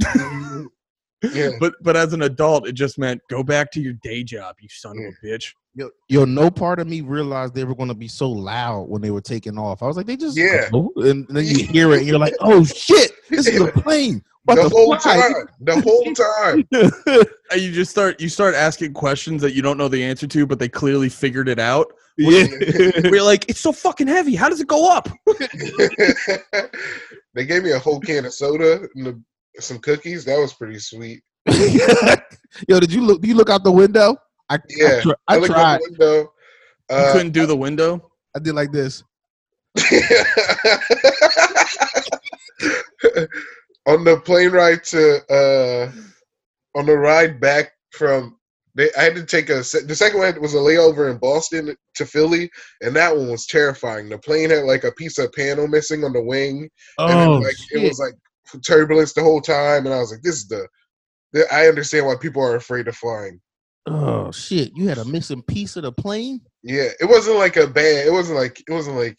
[SPEAKER 1] yeah.
[SPEAKER 2] But but as an adult, it just meant go back to your day job, you son of a bitch.
[SPEAKER 3] Yo, yo, no part of me realized they were going to be so loud when they were taking off. I was like, they just
[SPEAKER 1] Yeah.
[SPEAKER 3] go, and then you hear it, and you're like, oh shit, this is a plane. About
[SPEAKER 1] The
[SPEAKER 3] to
[SPEAKER 1] whole
[SPEAKER 3] fly.
[SPEAKER 1] time. The whole time.
[SPEAKER 2] And you just start you start asking questions that you don't know the answer to, but they clearly figured it out.
[SPEAKER 3] yeah.
[SPEAKER 2] We're like, it's so fucking heavy. How does it go up?
[SPEAKER 1] they gave me a whole can of soda and the, some cookies. That was pretty sweet.
[SPEAKER 3] yo, did you look? Do you look out the window? I,
[SPEAKER 1] Yeah,
[SPEAKER 3] I, tr- I
[SPEAKER 1] I looked out
[SPEAKER 3] tried.
[SPEAKER 1] the window.
[SPEAKER 2] You
[SPEAKER 1] Uh,
[SPEAKER 2] couldn't do the window.
[SPEAKER 3] I did like this.
[SPEAKER 1] on the plane ride to uh, on the ride back from they, I had to take a se- the second one was a layover in Boston to Philly, and that one was terrifying. The plane had like a piece of panel missing on the wing, and it,
[SPEAKER 3] Oh,
[SPEAKER 1] like
[SPEAKER 3] shit.
[SPEAKER 1] it was like turbulence the whole time, and I was like, "This is the." the- I understand why people are afraid of flying.
[SPEAKER 3] oh shit! You had a missing piece of the plane.
[SPEAKER 1] Yeah, it wasn't like a bad. It wasn't like it wasn't like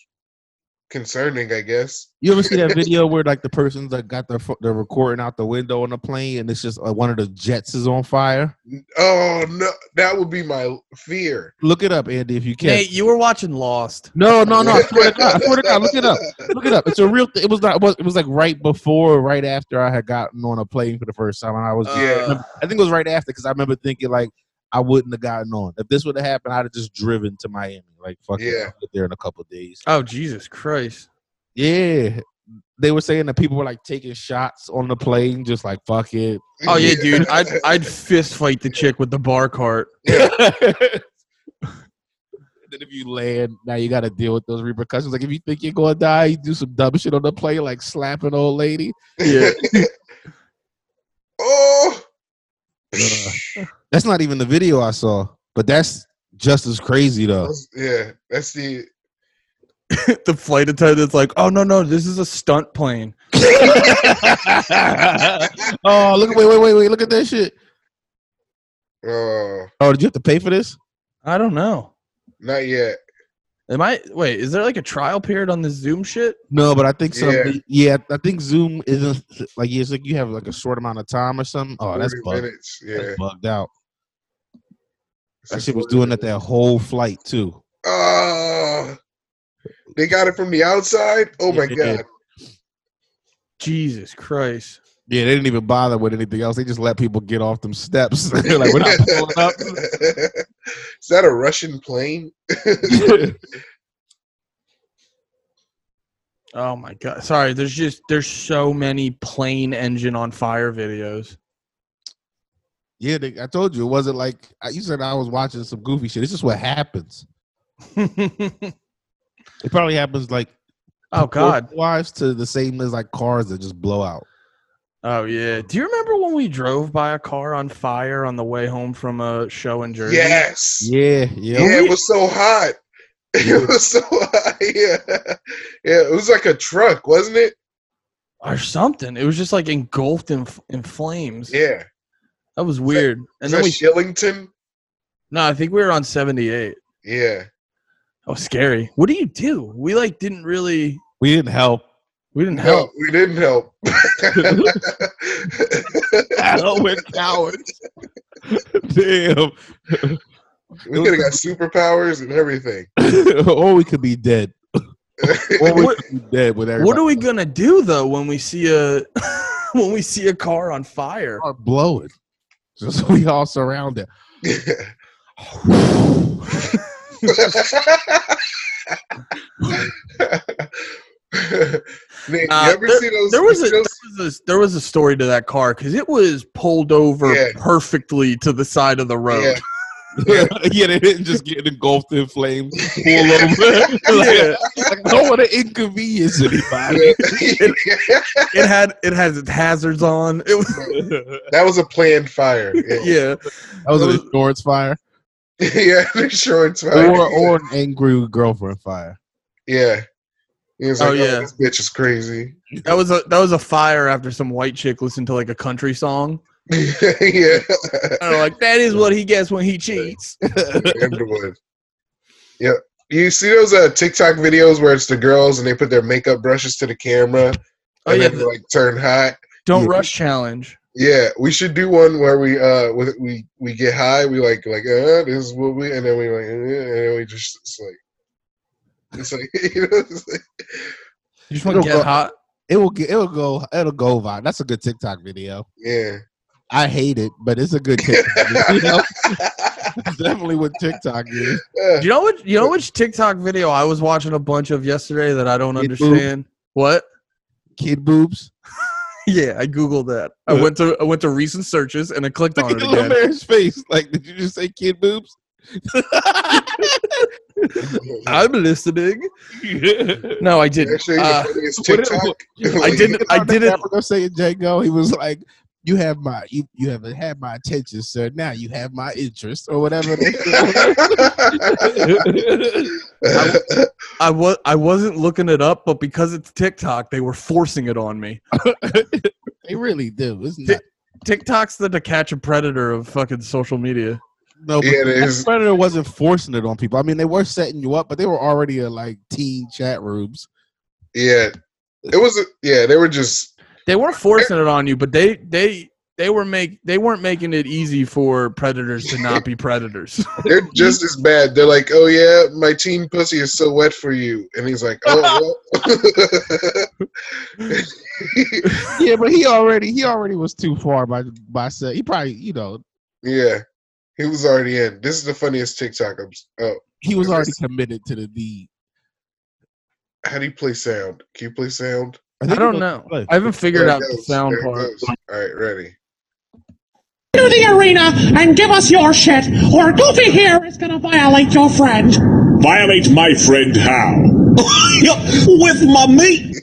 [SPEAKER 1] concerning. I guess.
[SPEAKER 3] You ever see that video where like the person's like got their fo- their recording out the window on the plane, and it's just like one of the jets is on fire?
[SPEAKER 1] Oh no, that would be my fear.
[SPEAKER 3] Look it up, Andy, if you can.
[SPEAKER 2] Nate, you were watching Lost.
[SPEAKER 3] No, no, no! I swear to God, I swear to God, look it up, look it up. It's a real. Th- it was not. It was, it was like right before, or right after I had gotten on a plane for the first time, and I
[SPEAKER 2] Uh.
[SPEAKER 3] was.
[SPEAKER 1] Yeah.
[SPEAKER 3] I think it was right after because I remember thinking like I wouldn't have gotten on if this would have happened. I'd have just driven to Miami, like fuck it,
[SPEAKER 1] Yeah.
[SPEAKER 3] I'll get there in a couple of days.
[SPEAKER 2] oh Jesus Christ.
[SPEAKER 3] Yeah, they were saying that people were like taking shots on the plane, just like fuck it.
[SPEAKER 2] Oh yeah, dude. I'd I'd fist fight the chick with the bar cart.
[SPEAKER 3] then if you land, now you got to deal with those repercussions. Like if you think you're gonna die, you do some dumb shit on the plane, like slap an old lady.
[SPEAKER 2] Yeah.
[SPEAKER 1] oh.
[SPEAKER 3] Uh, That's not even the video I saw, but that's just as crazy though.
[SPEAKER 1] That's- yeah, that's the.
[SPEAKER 2] the flight attendant's like, oh no no, this is a stunt plane.
[SPEAKER 3] oh, look! Wait, wait, wait, wait! Look at that shit.
[SPEAKER 1] Oh,
[SPEAKER 3] Oh, did you have to pay for this?
[SPEAKER 2] I don't know.
[SPEAKER 1] not yet.
[SPEAKER 2] Am I wait, is there like a trial period on this Zoom shit?
[SPEAKER 3] No, but I think some.
[SPEAKER 1] Yeah.
[SPEAKER 3] Yeah, I think Zoom isn't like it's like you have like a short amount of time or something. Oh, that's
[SPEAKER 1] 40
[SPEAKER 3] bugged.
[SPEAKER 1] minutes.
[SPEAKER 3] That's
[SPEAKER 1] Yeah,
[SPEAKER 3] bugged out. That
[SPEAKER 1] It's
[SPEAKER 3] shit was
[SPEAKER 1] 40
[SPEAKER 3] doing that that whole flight too.
[SPEAKER 1] Oh, they got it from the outside. Oh my
[SPEAKER 3] Yeah.
[SPEAKER 1] god.
[SPEAKER 2] Jesus Christ.
[SPEAKER 3] Yeah, they didn't even bother with anything else. They just let people get off them steps. They're like, we're not pulling up.
[SPEAKER 1] Is that a Russian plane?
[SPEAKER 2] Oh my god. Sorry, there's just there's so many plane engine on fire videos.
[SPEAKER 3] Yeah, they, I told you it wasn't like I- you said. I was watching some goofy shit. It's just what happens. It probably happens like
[SPEAKER 2] oh God.
[SPEAKER 3] wise to the same as like cars that just blow out.
[SPEAKER 2] Oh yeah. Do you remember when we drove by a car on fire on the way home from a show in Jersey?
[SPEAKER 1] Yes.
[SPEAKER 3] Yeah,
[SPEAKER 1] Yeah, it was so hot. It was so hot. Yeah. yeah, it was like a truck, wasn't it?
[SPEAKER 2] Or something. It was just like engulfed in in flames.
[SPEAKER 1] Yeah.
[SPEAKER 2] That was weird.
[SPEAKER 1] Is
[SPEAKER 2] And
[SPEAKER 1] that
[SPEAKER 2] then we
[SPEAKER 1] Shillington?
[SPEAKER 2] no, I think we were on seventy eight.
[SPEAKER 1] Yeah.
[SPEAKER 2] Oh, scary. What do you do? We like didn't really.
[SPEAKER 3] We didn't help.
[SPEAKER 2] We didn't
[SPEAKER 1] No,
[SPEAKER 2] help.
[SPEAKER 1] we didn't help.
[SPEAKER 3] Oh, we're cowards. Damn.
[SPEAKER 1] we could have got superpowers and everything.
[SPEAKER 3] or we could be dead. Or we
[SPEAKER 2] What-
[SPEAKER 3] could be dead with everybody.
[SPEAKER 2] What are we gonna do though when we see a when we see a car on fire?
[SPEAKER 3] are blowing? Just we all surround it.
[SPEAKER 1] Nick,
[SPEAKER 2] Uh,
[SPEAKER 1] you ever see those?
[SPEAKER 2] There was a
[SPEAKER 1] you
[SPEAKER 2] there
[SPEAKER 1] know-
[SPEAKER 2] was a, there was a story to that car because it was pulled over
[SPEAKER 1] Yeah.
[SPEAKER 2] perfectly to the side of the road.
[SPEAKER 1] Yeah.
[SPEAKER 3] yeah, they didn't just get engulfed in flames, pull over.
[SPEAKER 2] Yeah.
[SPEAKER 3] like, like, don't want to inconvenience anybody.
[SPEAKER 2] It had it has its hazards on. It was
[SPEAKER 3] that
[SPEAKER 1] that was a planned fire. Yeah,
[SPEAKER 2] yeah.
[SPEAKER 3] was an
[SPEAKER 2] Those-
[SPEAKER 3] insurance fire,
[SPEAKER 1] yeah an insurance fire.
[SPEAKER 3] or or an angry girlfriend fire.
[SPEAKER 1] yeah. He was
[SPEAKER 2] Oh,
[SPEAKER 1] like, oh,
[SPEAKER 2] yeah.
[SPEAKER 1] this bitch is crazy.
[SPEAKER 2] That was a that was a fire after some white chick listened to like a country song.
[SPEAKER 1] yeah,
[SPEAKER 2] And they're like that is what he gets when he cheats.
[SPEAKER 1] Underwood. Yeah, you see those uh, TikTok videos where it's the girls and they put their makeup brushes to the camera
[SPEAKER 2] Oh
[SPEAKER 1] and
[SPEAKER 2] yeah,
[SPEAKER 1] then
[SPEAKER 2] the
[SPEAKER 1] like turn hot.
[SPEAKER 2] don't
[SPEAKER 3] Yeah.
[SPEAKER 2] rush challenge.
[SPEAKER 1] Yeah, we should do one where we uh with- we we get high, we like like uh this is what we and then we like uh, and then we just it's like it's like you know it's like,
[SPEAKER 2] You just want to
[SPEAKER 3] It'll
[SPEAKER 2] get
[SPEAKER 3] go-
[SPEAKER 2] hot.
[SPEAKER 3] It will get, it will go, it'll go viral. That's a good TikTok video.
[SPEAKER 1] yeah.
[SPEAKER 3] I hate it, but it's a good TikTok. video. Definitely what TikTok is.
[SPEAKER 1] Uh,
[SPEAKER 2] You know what? You know which TikTok video I was watching a bunch of yesterday that I don't
[SPEAKER 3] Kid Boo.
[SPEAKER 2] understand. What?
[SPEAKER 3] Kid boobs.
[SPEAKER 2] Yeah, I googled that. I
[SPEAKER 3] Yeah.
[SPEAKER 2] went to I went to recent searches and I clicked
[SPEAKER 3] Look
[SPEAKER 2] on
[SPEAKER 3] at
[SPEAKER 2] it
[SPEAKER 3] the little
[SPEAKER 2] again.
[SPEAKER 3] man's face. Like, did you just say kid boobs?
[SPEAKER 2] I'm listening. No, I didn't.
[SPEAKER 1] actually
[SPEAKER 2] uh,
[SPEAKER 1] the funniest
[SPEAKER 3] what it-
[SPEAKER 1] TikTok.
[SPEAKER 2] I didn't. I didn't.
[SPEAKER 3] I'm saying Django. He was like, "You have my, you, you have had my attention, sir. Now you have my interest, or whatever."
[SPEAKER 2] I was. I wasn't looking it up, but because it's TikTok, they were forcing it on me.
[SPEAKER 3] they really do. It's not
[SPEAKER 2] TikTok's the to catch a predator of fucking social media.
[SPEAKER 3] no.
[SPEAKER 1] Yeah, it
[SPEAKER 3] but
[SPEAKER 1] is.
[SPEAKER 3] Black Predator wasn't forcing it on people. I mean, they were setting you up, but they were already in, like teen chat rooms.
[SPEAKER 1] yeah, it was. a- Yeah, they were just.
[SPEAKER 2] They weren't forcing it on you, but they they they were make they weren't making it easy for predators to not be predators.
[SPEAKER 1] They're just as bad. They're like, oh yeah, my teen pussy is so wet for you, and he's like, oh. well."
[SPEAKER 3] Yeah, but he already he already was too far by by set. He probably you know
[SPEAKER 1] Yeah, he was already in. This is the funniest TikTok. I'm, s- oh,
[SPEAKER 3] he was already committed to the deed.
[SPEAKER 1] how do you play sound? Can you play sound?
[SPEAKER 2] I don't know. I haven't figured out the sound part.
[SPEAKER 1] All right, ready.
[SPEAKER 5] to the arena and give us your shit, or Goofy here is gonna violate your friend.
[SPEAKER 6] Violate my friend how? With my meat.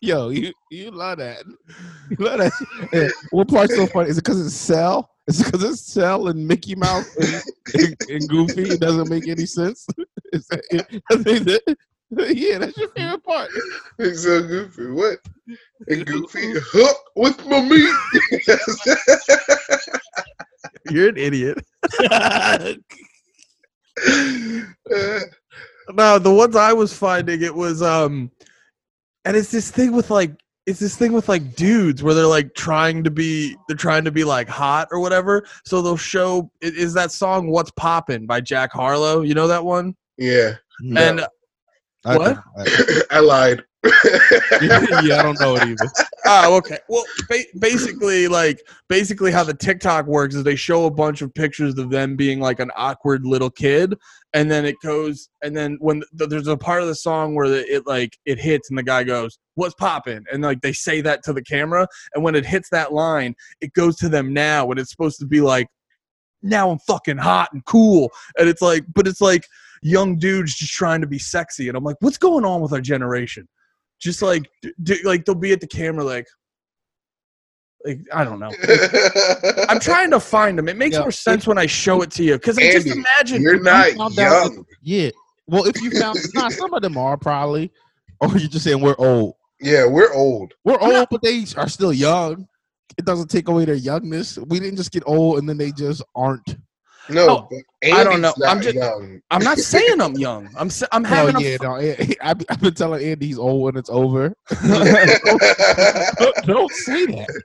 [SPEAKER 3] Yo, you you love that. You love that. Eh, what part's so funny? Is it because it's Cell? Is it because it's Cell and Mickey Mouse and, and, and Goofy? It doesn't make any sense. Is that it? I think that- yeah, that's your favorite part.
[SPEAKER 1] It's so goofy. What? And goofy hook with my meat.
[SPEAKER 2] You're an idiot.
[SPEAKER 1] Uh,
[SPEAKER 2] No, the ones I was finding, it was um, and it's this thing with like it's this thing with like dudes where they're like trying to be they're trying to be like hot or whatever. So they'll show i- is that song "What's Poppin'" by Jack
[SPEAKER 3] Mm-hmm.
[SPEAKER 2] Harlow. You know that one?
[SPEAKER 1] yeah,
[SPEAKER 2] And
[SPEAKER 3] I-
[SPEAKER 2] What?
[SPEAKER 3] I-
[SPEAKER 1] I lied.
[SPEAKER 3] yeah, I don't know it either.
[SPEAKER 2] Oh, okay. Well, ba- basically, like basically how the TikTok works is they show a bunch of pictures of them being like an awkward little kid, and then it goes, and then when th- there's a part of the song where the, it like it hits, and the guy goes, "What's poppin'?" and like they say that to the camera, and when it hits that line, it goes to them now, and it's supposed to be like, "Now I'm fucking hot and cool," and it's like, but it's like young dudes just trying to be sexy, and I'm like, what's going on with our generation? just like d- d- like they'll be at the camera like like I don't know. I'm trying to find them. It makes
[SPEAKER 3] Yeah.
[SPEAKER 2] more sense when I show it to you because I just
[SPEAKER 1] Andy,
[SPEAKER 2] imagine.
[SPEAKER 1] You're not
[SPEAKER 3] found out-
[SPEAKER 1] young.
[SPEAKER 3] Yeah. Well, if you found nah, some of them are probably, or you're Oh, just saying we're old.
[SPEAKER 1] Yeah, we're old.
[SPEAKER 3] We're old, but they are still young. It doesn't take away their youngness. We didn't just get old and then they just aren't.
[SPEAKER 1] No,
[SPEAKER 2] No,
[SPEAKER 1] but
[SPEAKER 2] I don't know.
[SPEAKER 1] Andy's not
[SPEAKER 2] I'm just-
[SPEAKER 1] young.
[SPEAKER 2] I'm not saying I'm young. I'm s- I'm having
[SPEAKER 3] oh
[SPEAKER 2] a
[SPEAKER 3] yeah, no. I, I've I've been telling Andy he's old when it's over. Don't, don't say that.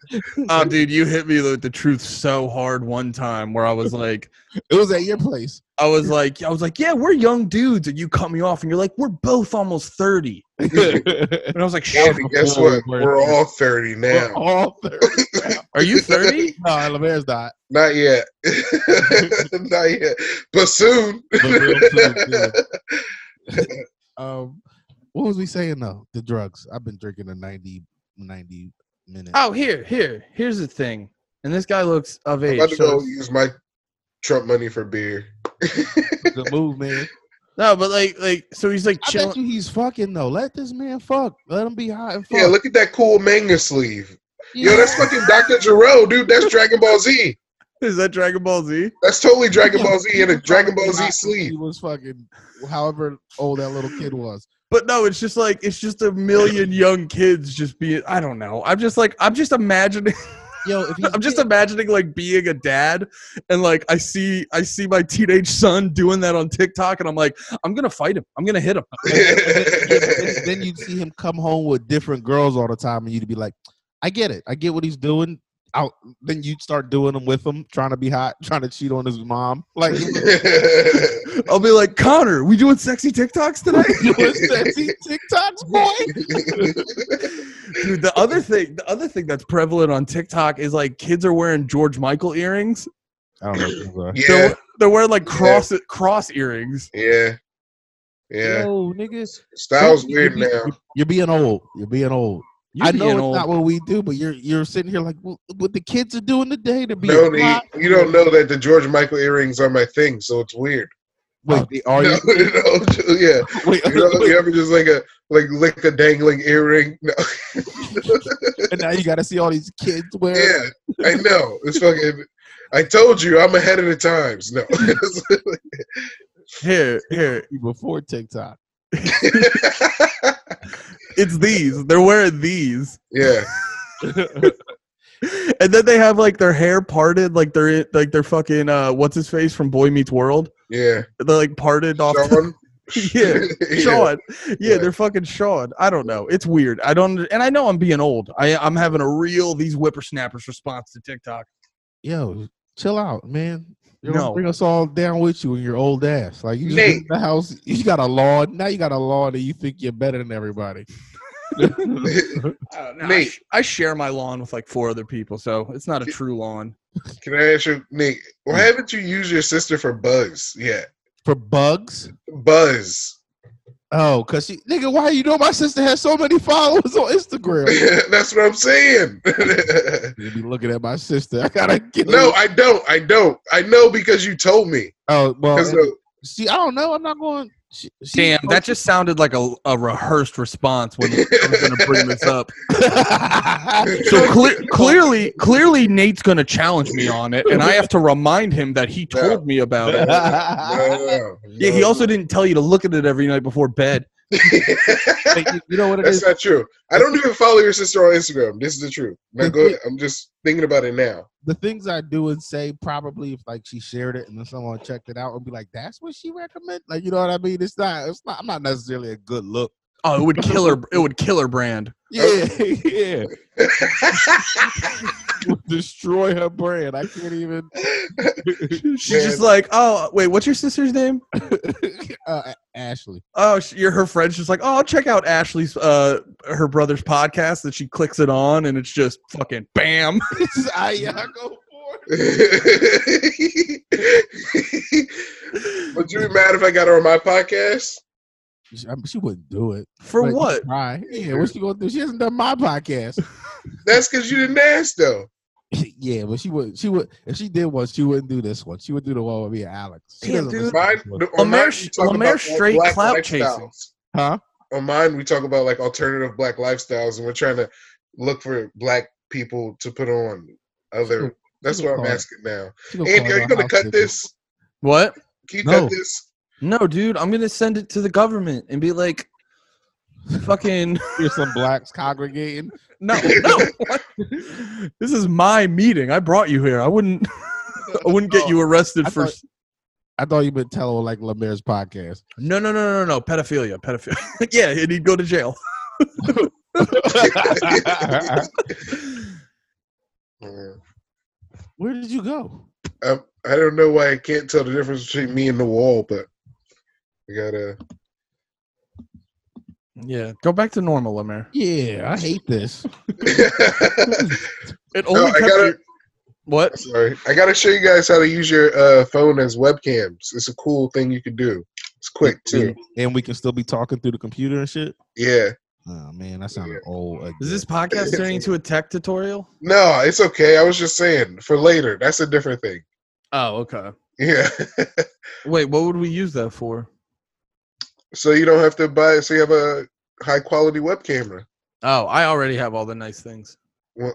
[SPEAKER 2] Oh, dude, you hit me with the truth so hard one time where I was like,
[SPEAKER 3] It was at your place.
[SPEAKER 2] I was like, I was like, yeah, we're young dudes, and you cut me off, and you're like, we're both almost thirty, and I was like, shit,
[SPEAKER 1] Andy, guess
[SPEAKER 3] before
[SPEAKER 1] what?
[SPEAKER 3] we're-
[SPEAKER 1] We're all 30
[SPEAKER 3] We're
[SPEAKER 1] now.
[SPEAKER 3] all thirty.
[SPEAKER 2] are you thirty?
[SPEAKER 3] No, Lemaire's not.
[SPEAKER 1] Not yet. not yet. But soon.
[SPEAKER 3] But real soon, yeah. Um, what was we saying though? The drugs. I've been drinking a 90, 90 minute.
[SPEAKER 2] Oh, here, here, here's the thing, and this guy looks of
[SPEAKER 1] I'm
[SPEAKER 2] age.
[SPEAKER 1] about to
[SPEAKER 2] so
[SPEAKER 1] go
[SPEAKER 2] it's-
[SPEAKER 1] use my Trump money for beer.
[SPEAKER 3] The move, man.
[SPEAKER 2] no, but like, like, so he's like
[SPEAKER 3] I
[SPEAKER 2] chilling.
[SPEAKER 3] bet you he's fucking though. Let this man fuck. Let him be hot and fuck.
[SPEAKER 1] yeah, look at that cool manga sleeve. Yo,
[SPEAKER 3] Yeah.
[SPEAKER 1] that's fucking Dr. Giro, dude. That's Dragon Ball Z.
[SPEAKER 2] Is that Dragon Ball Z?
[SPEAKER 1] That's totally Dragon Ball Z in
[SPEAKER 3] He
[SPEAKER 1] a
[SPEAKER 3] was
[SPEAKER 1] Dragon
[SPEAKER 3] probably
[SPEAKER 1] Ball Z
[SPEAKER 3] hot.
[SPEAKER 1] sleeve.
[SPEAKER 3] He was fucking however old that little kid was.
[SPEAKER 2] But no, it's just like it's just a million young kids just being. I don't know. I'm just like I'm just imagining.
[SPEAKER 3] Yo, if he's
[SPEAKER 2] I'm just imagining like being a dad, and like I see I see my teenage son doing that on TikTok, and I'm like I'm gonna fight him. I'm gonna hit him.
[SPEAKER 3] then, then you'd see him come home with different girls all the time, and you'd be like, "I get it. I get what he's doing." Out. Then you'd start doing them with him, trying to be hot, trying to cheat on his mom. Like,
[SPEAKER 2] I'll be like Connor, we doing sexy TikToks today?
[SPEAKER 3] you doing sexy TikToks, boy?
[SPEAKER 2] Dude, the other thing the other thing that's prevalent on TikTok is like kids are wearing George Michael earrings.
[SPEAKER 3] I don't know. What those are.
[SPEAKER 1] yeah,
[SPEAKER 2] They're, they're wearing like cross cross earrings.
[SPEAKER 1] yeah, yeah.
[SPEAKER 3] Yo, niggas.
[SPEAKER 1] Style's
[SPEAKER 3] You're
[SPEAKER 1] weird
[SPEAKER 3] be-
[SPEAKER 1] now.
[SPEAKER 3] You're being old. You're being old.
[SPEAKER 2] You
[SPEAKER 3] I know
[SPEAKER 2] being
[SPEAKER 3] it's
[SPEAKER 2] old.
[SPEAKER 3] not what we do, but you're you're sitting here like well, what the kids are doing today to be
[SPEAKER 1] No,
[SPEAKER 3] a
[SPEAKER 1] the,
[SPEAKER 3] cop?"
[SPEAKER 1] you don't know that the George Michael earrings are my thing, so it's weird.
[SPEAKER 3] Wait, they are
[SPEAKER 1] No,
[SPEAKER 3] you?
[SPEAKER 1] you know, yeah.
[SPEAKER 3] Wait,
[SPEAKER 1] You, know, you ever just like a like lick a dangling earring? No.
[SPEAKER 3] and now you got to see all these kids wearing.
[SPEAKER 1] yeah, I know. It's fucking. I told you, I'm ahead of the times. No.
[SPEAKER 2] Here, here.
[SPEAKER 3] Before TikTok,
[SPEAKER 2] It's these. They're wearing these.
[SPEAKER 1] yeah,
[SPEAKER 2] and then they have like their hair parted, like they're like they're fucking uh, what's his face from Boy Meets World.
[SPEAKER 1] yeah.
[SPEAKER 2] They're like parted off.
[SPEAKER 1] Sean.
[SPEAKER 2] yeah, Sean. Yeah,
[SPEAKER 1] Yeah.
[SPEAKER 2] they're fucking Sean. I don't know. It's weird. I don't, and I know I'm being old. I I'm having a real these whippersnappers response to TikTok.
[SPEAKER 3] yo, chill out, man. You're
[SPEAKER 2] No.
[SPEAKER 3] gonna bring us all down with you and your old ass. Like you just
[SPEAKER 1] Nate.
[SPEAKER 3] in the house, you got a law. Now you got a law that you think you're better than everybody.
[SPEAKER 2] I don't know. I
[SPEAKER 1] Nate.
[SPEAKER 2] sh- I share my lawn with like four other people, so it's not a true lawn.
[SPEAKER 1] Can I ask you, Nick? Why haven't you used your sister for Buzz yet?
[SPEAKER 3] For bugs.
[SPEAKER 1] Buzz.
[SPEAKER 3] Oh, cause she nigga, why you know my sister has so many followers on Instagram?
[SPEAKER 1] That's what I'm saying.
[SPEAKER 3] you be looking at my sister. I gotta get
[SPEAKER 1] no, I don't. I don't. I know because you told me.
[SPEAKER 3] Oh well,
[SPEAKER 1] 'Cause
[SPEAKER 3] and-
[SPEAKER 1] the-
[SPEAKER 3] see, I don't know. I'm not going. She, she-
[SPEAKER 2] Damn, that just sounded like a, a rehearsed response when I was going to bring this up. So cle- clearly, clearly, Nate's going to challenge me on it, and I have to remind him that he told me about it.
[SPEAKER 1] No, no, no.
[SPEAKER 2] Yeah, he also didn't tell you to look at it every night before bed.
[SPEAKER 3] Like, you- you know what it
[SPEAKER 1] That's
[SPEAKER 3] is?
[SPEAKER 1] not true. I don't even follow your sister on Instagram. This is the truth. Now go ahead. I'm just thinking about it now.
[SPEAKER 3] The things I do and say probably if like she shared it and then someone checked it out and be like, "That's what she recommend." Like you know what I mean? It's not. It's not. I'm not necessarily a good look
[SPEAKER 2] Oh, it would kill her. It would kill her brand.
[SPEAKER 3] Yeah, yeah. Would Destroy her brand. I can't even.
[SPEAKER 2] She's just like, oh, wait, what's your sister's name?
[SPEAKER 3] uh, Ashley.
[SPEAKER 2] Oh, she, you're her friend's just like, oh, I'll check out Ashley's, uh, her brother's podcast. That she clicks it on, and it's just fucking bam.
[SPEAKER 3] This is Ayako for.
[SPEAKER 1] Would you be mad if I got her on my podcast?
[SPEAKER 3] She, I mean, she wouldn't do it.
[SPEAKER 2] For
[SPEAKER 3] Like,
[SPEAKER 2] what?
[SPEAKER 3] Right. Yeah, what's she gonna do? She hasn't done my podcast.
[SPEAKER 1] That's because you didn't ask, though.
[SPEAKER 3] yeah, but she would she would if she did one, she wouldn't do this one. She would do the one with me and Alex. She
[SPEAKER 2] Yeah,
[SPEAKER 3] doesn't
[SPEAKER 2] dude.
[SPEAKER 3] listen to
[SPEAKER 1] Mine,
[SPEAKER 3] this one.
[SPEAKER 1] on mine,
[SPEAKER 2] Lemare-
[SPEAKER 1] we talk
[SPEAKER 2] Lemare
[SPEAKER 1] about, like,
[SPEAKER 2] straight
[SPEAKER 1] black
[SPEAKER 2] clout
[SPEAKER 1] lifestyles.
[SPEAKER 2] chasing.
[SPEAKER 3] Huh?
[SPEAKER 1] On mine, we talk about like alternative black lifestyles, and we're trying to look for black people to put on other. That's what I'm
[SPEAKER 3] Alright.
[SPEAKER 1] asking now.
[SPEAKER 3] She gonna
[SPEAKER 1] Andy,
[SPEAKER 3] call
[SPEAKER 1] are you
[SPEAKER 3] my
[SPEAKER 1] gonna
[SPEAKER 3] house
[SPEAKER 1] cut
[SPEAKER 3] bitches.
[SPEAKER 1] this?
[SPEAKER 2] What?
[SPEAKER 1] Can you
[SPEAKER 3] No.
[SPEAKER 1] cut this?
[SPEAKER 2] No, dude, I'm gonna send it to the government and be like, fucking,
[SPEAKER 3] Here's some blacks congregating.
[SPEAKER 2] no, no. What? This is my meeting. I brought you here. I wouldn't. I wouldn't
[SPEAKER 1] Oh,
[SPEAKER 2] get you arrested
[SPEAKER 3] I
[SPEAKER 2] for.
[SPEAKER 3] thought- I thought you been telling like Lemaire's podcast.
[SPEAKER 2] No, no, no, no, no. Pedophilia, pedophilia. yeah, and he'd go to jail.
[SPEAKER 1] Mm.
[SPEAKER 3] Where did you go?
[SPEAKER 1] Um, I don't know why I can't tell the difference between me and the wall, but I gotta.
[SPEAKER 2] Yeah, go back to normal, Lemare.
[SPEAKER 3] Yeah, I hate this.
[SPEAKER 2] It
[SPEAKER 1] No,
[SPEAKER 2] only
[SPEAKER 1] I
[SPEAKER 2] kept
[SPEAKER 1] gotta-
[SPEAKER 2] you- What?
[SPEAKER 1] Sorry, I gotta show you guys how to use your uh, phone as webcams. It's a cool thing you can do. It's quick too.
[SPEAKER 3] And we can still be talking through the computer and shit.
[SPEAKER 1] Yeah.
[SPEAKER 3] Oh man, that sounded old. again.
[SPEAKER 2] Is this podcast turning into a tech tutorial?
[SPEAKER 1] No, it's okay. I was just saying for later. That's a different thing.
[SPEAKER 2] Oh, okay.
[SPEAKER 1] Yeah.
[SPEAKER 2] Wait, what would we use that for?
[SPEAKER 1] so you don't have to buy. So you have a high quality web camera.
[SPEAKER 2] Oh, I already have all the nice things.
[SPEAKER 1] Well,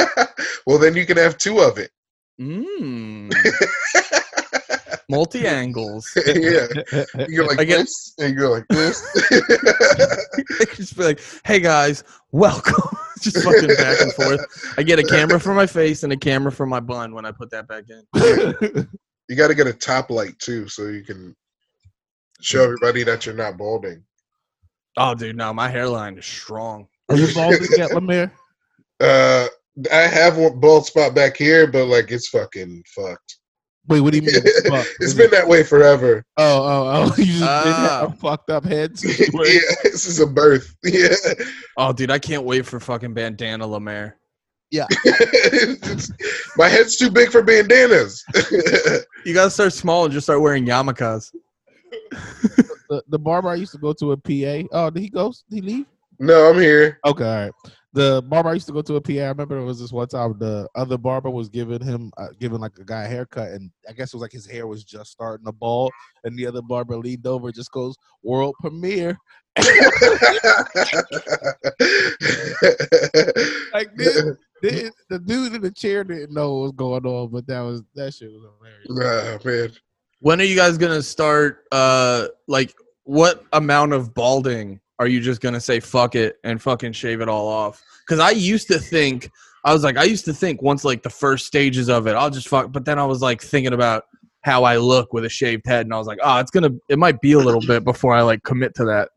[SPEAKER 1] well then you can have two of it.
[SPEAKER 2] Mmm. Multi angles.
[SPEAKER 1] yeah. You go like
[SPEAKER 2] I get-
[SPEAKER 1] this, and you go like this.
[SPEAKER 2] just be like, hey guys, welcome. just fucking back and forth. I get a camera for my face and a camera for my bun when I put that back in.
[SPEAKER 1] you got to get a top light too, so you can show everybody that you're not balding.
[SPEAKER 2] Oh, dude, no, my hairline is strong.
[SPEAKER 3] Are you balding yet, Lemaire?
[SPEAKER 1] Uh, I have one bald spot back here, but like it's fucking fucked.
[SPEAKER 3] Wait, what do you mean? it's fucked?
[SPEAKER 1] it's been that way forever.
[SPEAKER 3] Oh, oh, oh! You just
[SPEAKER 2] Ah.
[SPEAKER 3] did have a fucked up head
[SPEAKER 1] yeah,
[SPEAKER 3] situation.
[SPEAKER 1] this is a birth. Yeah,
[SPEAKER 2] Oh, dude, I can't wait for fucking bandana Lemaire.
[SPEAKER 1] It's- my head's too big for bandanas.
[SPEAKER 2] You gotta start small and just start wearing yarmulkes.
[SPEAKER 3] The, the barber I used to go to a PA. Oh, did he go? Did he leave?
[SPEAKER 1] no, I'm here.
[SPEAKER 3] Okay, all right. The barber I used to go to a PA. I remember there was this one time the other barber was giving him uh, giving like a guy a haircut, and I guess it was like his hair was just starting to ball, and the other barber leaned over, just goes world premiere. Like this, this, the dude in the chair didn't know what was going on, but that was that shit was hilarious.
[SPEAKER 1] Nah, man.
[SPEAKER 2] When are you guys gonna start? Uh, like, what amount of balding are you just gonna say fuck it and fucking shave it all off? Because I used to think I was like, I used to think once like the first stages of it, I'll just fuck. But then I was like thinking about how I look with a shaved head, and I was like, oh, it's gonna, it might be a little bit before I like commit to that.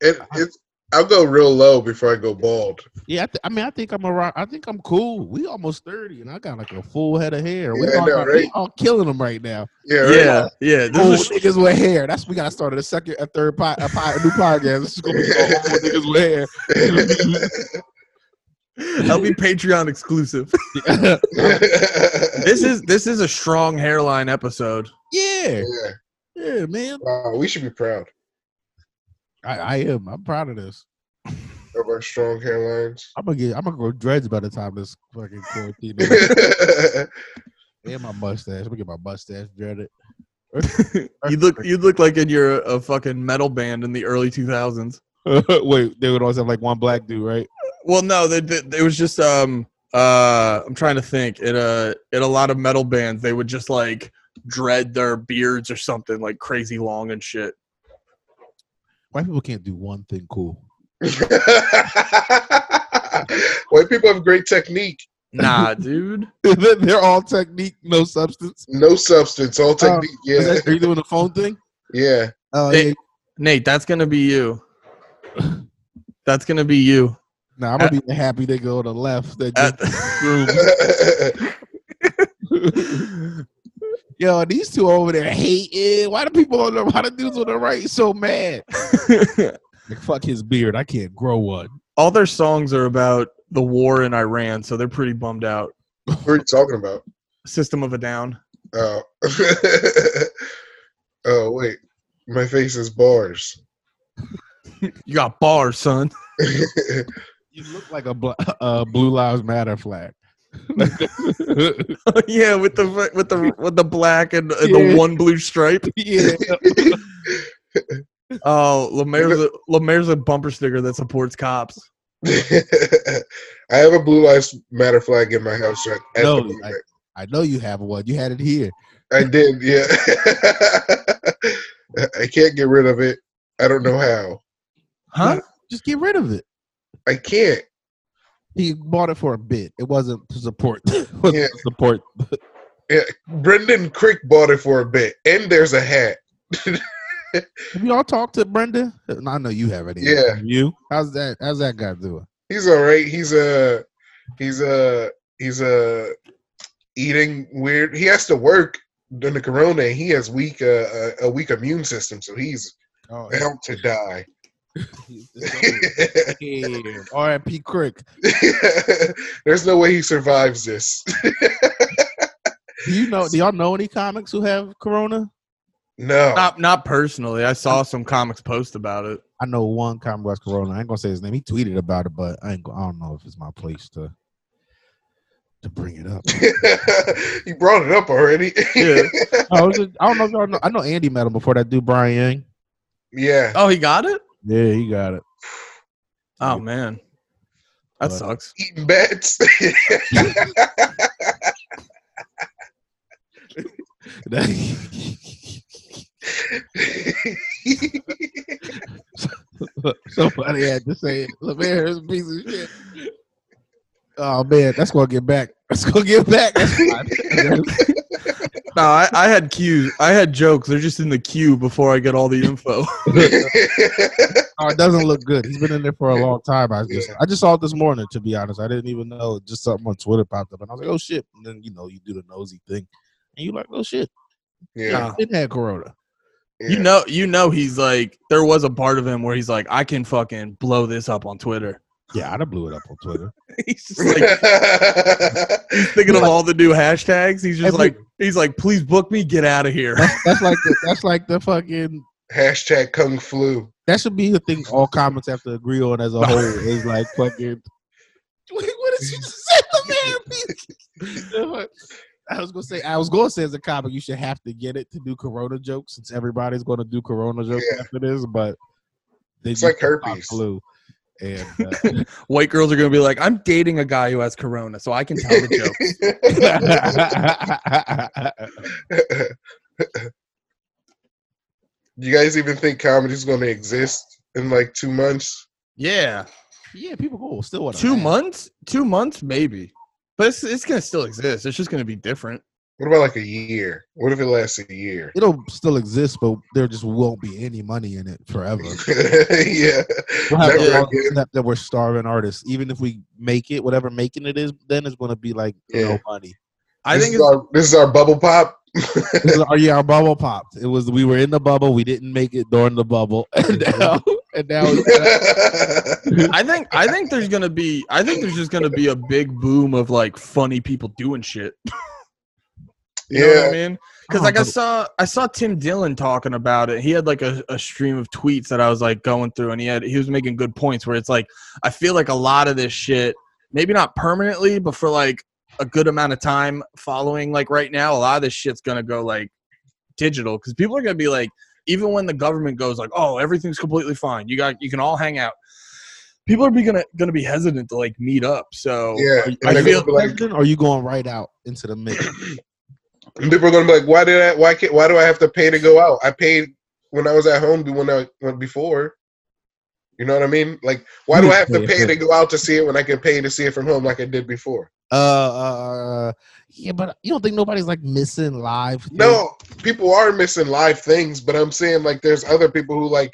[SPEAKER 1] It, it's I'll go real low before I go bald.
[SPEAKER 3] Yeah, I, th- I mean, I think I'm around. I think I'm cool. We almost thirty, and I got like a full head of hair. We,
[SPEAKER 1] Yeah, I
[SPEAKER 3] all,
[SPEAKER 1] know,
[SPEAKER 3] got- we
[SPEAKER 1] right?
[SPEAKER 3] all killing them right now.
[SPEAKER 1] Yeah, right?
[SPEAKER 2] Yeah, yeah. This
[SPEAKER 3] Old
[SPEAKER 2] is a sh-
[SPEAKER 3] niggas with hair. That's we gotta start a second, a third, po- a, po- a new podcast. This is gonna be called old niggas with hair.
[SPEAKER 2] that'll be Patreon exclusive. this is this is a strong hairline episode.
[SPEAKER 3] yeah,
[SPEAKER 1] yeah.
[SPEAKER 3] yeah, man.
[SPEAKER 1] Wow, we should be proud
[SPEAKER 3] I, I am. I'm proud of this.
[SPEAKER 1] of our strong hairlines.
[SPEAKER 3] I'm gonna get. I'm gonna grow dreads by the time this fucking quarantine. is over.
[SPEAKER 1] yeah,
[SPEAKER 3] and my mustache. I'm gonna get my mustache dreaded.
[SPEAKER 2] you look you look like in your a fucking metal band in the early 2000s.
[SPEAKER 3] Wait, they would always have like one black dude, right?
[SPEAKER 2] Well, no, they, they, it was just um uh I'm trying to think. In a in a lot of metal bands, they would just like dread their beards or something like crazy long and shit.
[SPEAKER 3] White people can't do one thing cool.
[SPEAKER 1] white people have great technique.
[SPEAKER 2] Nah, dude.
[SPEAKER 3] They're all technique, no substance.
[SPEAKER 1] No substance, all technique.
[SPEAKER 3] Is
[SPEAKER 1] yeah,
[SPEAKER 3] that- are you doing the phone thing?
[SPEAKER 1] yeah.
[SPEAKER 3] Oh
[SPEAKER 2] They- Nate, that's gonna be you. That's gonna be you.
[SPEAKER 3] Nah, I'm gonna be happy they go to the left. That
[SPEAKER 2] At-
[SPEAKER 3] yo, these two over there hating. Why the people on the why the dudes on the right so mad? Like, fuck his beard. I can't grow one.
[SPEAKER 2] All their songs are about the war in Iran, so they're pretty bummed out.
[SPEAKER 1] What are you talking about?
[SPEAKER 2] System of a Down.
[SPEAKER 1] Oh. oh, wait. My face is bars.
[SPEAKER 2] You got bars, son.
[SPEAKER 3] You look like a bl- uh, blue lives matter flag.
[SPEAKER 2] yeah, with the with the with the black and, and the
[SPEAKER 3] Yeah.
[SPEAKER 2] one blue stripe.
[SPEAKER 3] yeah,
[SPEAKER 2] Oh, Lemaire's a, Lemaire's a bumper sticker that supports cops.
[SPEAKER 1] I have a Blue Lives Matter flag in my house. Right at
[SPEAKER 3] No,
[SPEAKER 1] the moment.
[SPEAKER 3] I- I know you have one. You had it here.
[SPEAKER 1] I did, yeah. I can't get rid of it. I don't know how.
[SPEAKER 2] Huh?
[SPEAKER 3] Just get rid of it.
[SPEAKER 1] I can't.
[SPEAKER 3] He bought it for a bit. It wasn't to support. it wasn't
[SPEAKER 1] Yeah.
[SPEAKER 3] to support.
[SPEAKER 1] Brendan Crick bought it for a bit, and there's a hat.
[SPEAKER 3] Have you all talked to Brenda? No, I know you haven't. either.
[SPEAKER 1] Yeah.
[SPEAKER 3] You? How's that? How's that guy doing?
[SPEAKER 1] He's all right. He's a, he's a, he's a eating weird. He has to work during the corona, and he has weak, uh, a, a weak immune system, so he's
[SPEAKER 3] Oh,
[SPEAKER 1] bound to die.
[SPEAKER 3] damn. R.I.P. Crick.
[SPEAKER 1] there's no way he survives this.
[SPEAKER 3] Do you know? Do y'all know any comics who have Corona?
[SPEAKER 1] no,
[SPEAKER 2] Not not personally. I saw some comics post about it.
[SPEAKER 3] I know one comic who has Corona. I ain't gonna say his name. He tweeted about it, but I ain't. go- I don't know if it's my place to to bring it up.
[SPEAKER 1] you brought it up already.
[SPEAKER 2] Yeah.
[SPEAKER 3] I, was just- I don't know if y'all know. I know Andy met him before that dude Brian Yang.
[SPEAKER 1] yeah.
[SPEAKER 2] Oh, he got it.
[SPEAKER 3] Yeah, he got it.
[SPEAKER 2] Oh man, that
[SPEAKER 3] What?
[SPEAKER 2] sucks.
[SPEAKER 1] eating bats.
[SPEAKER 3] Somebody had to say it. Lemaire is a piece of shit. Oh man, that's gonna get back. That's gonna get back. That's fine.
[SPEAKER 2] No, I, I had cues. I had jokes. They're just in the queue before I get all the info.
[SPEAKER 3] Oh, it doesn't look good. He's been in there for a long time. I just
[SPEAKER 1] Yeah.
[SPEAKER 3] I just saw it this morning, to be honest. I didn't even know. Just something on Twitter popped up, and I was like, "Oh shit!" And then you know you do the nosy thing, and you like, "Oh shit!"
[SPEAKER 1] yeah,
[SPEAKER 3] It had corona.
[SPEAKER 2] You know, you know, he's like there was a part of him where he's like, I can fucking blow this up on Twitter.
[SPEAKER 3] Yeah, I'd have blew it up on Twitter.
[SPEAKER 2] He's just like thinking of all the new hashtags. He's just
[SPEAKER 3] Every-
[SPEAKER 2] like he's like, please book me, get out of here.
[SPEAKER 3] That's, that's like the, that's like the fucking
[SPEAKER 1] Hashtag kung flu.
[SPEAKER 3] that should be the thing all comments have to agree on as a whole is like fucking. Wait, what did you just say, man? I was gonna say I was gonna say as a comic you should have to get it to do corona jokes since everybody's gonna do corona jokes
[SPEAKER 1] Yeah.
[SPEAKER 3] after this, but they
[SPEAKER 1] It's
[SPEAKER 3] do
[SPEAKER 1] like
[SPEAKER 3] caught
[SPEAKER 1] herpes.
[SPEAKER 3] flu. And uh,
[SPEAKER 2] White girls are gonna be like, I'm dating a guy who has corona, so I can tell the joke.
[SPEAKER 1] you guys even think comedy's going to exist in like two months?
[SPEAKER 2] yeah,
[SPEAKER 3] yeah, people go still want
[SPEAKER 2] Oh, two months, two months maybe, but it's, it's gonna still exist. It's just gonna be different.
[SPEAKER 1] What about like a year? What if it lasts a year?
[SPEAKER 3] It'll still exist, but there just won't be any money in it forever.
[SPEAKER 1] yeah.
[SPEAKER 3] We'll have
[SPEAKER 1] Never
[SPEAKER 3] to all
[SPEAKER 1] again.
[SPEAKER 3] accept that we're starving artists. Even if we make it, whatever making it is, then it's going to be like
[SPEAKER 1] Yeah.
[SPEAKER 3] no money.
[SPEAKER 2] I
[SPEAKER 1] this
[SPEAKER 2] think
[SPEAKER 1] is
[SPEAKER 2] it's,
[SPEAKER 1] our, this is our bubble pop.
[SPEAKER 3] This is- oh yeah, our bubble popped. It was we were in the bubble. We didn't make it during the bubble, and now and now it's,
[SPEAKER 2] I think I think there's gonna be I think there's just gonna be a big boom of like funny people doing shit. You know what I
[SPEAKER 1] yeah.
[SPEAKER 2] mean? Because
[SPEAKER 3] Oh,
[SPEAKER 2] like I
[SPEAKER 3] but-
[SPEAKER 2] saw I saw Tim Dillon talking about it. He had like a, a stream of tweets that I was like going through and he had he was making good points where it's like I feel like a lot of this shit, maybe not permanently, but for like a good amount of time following like right now, a lot of this shit's gonna go like digital because people are gonna be like, even when the government goes like, oh, everything's completely fine. You got you can all hang out. People are be gonna gonna be hesitant to like meet up. So
[SPEAKER 1] Yeah.
[SPEAKER 3] Are you-
[SPEAKER 1] And
[SPEAKER 2] I
[SPEAKER 1] they're
[SPEAKER 2] feel-
[SPEAKER 1] gonna be like,
[SPEAKER 3] or are you going right out into the mix?
[SPEAKER 1] And people are gonna be like, "Why did I? Why can't? Why do I have to pay to go out? I paid when I was at home to when I went before. You know what I mean? Like, why do I have to pay to go out to see it when I can pay to see it from home like I did before?
[SPEAKER 3] Uh, uh, yeah, but you don't think nobody's like missing live? things?
[SPEAKER 1] No, people are missing live things, but I'm saying like there's other people who like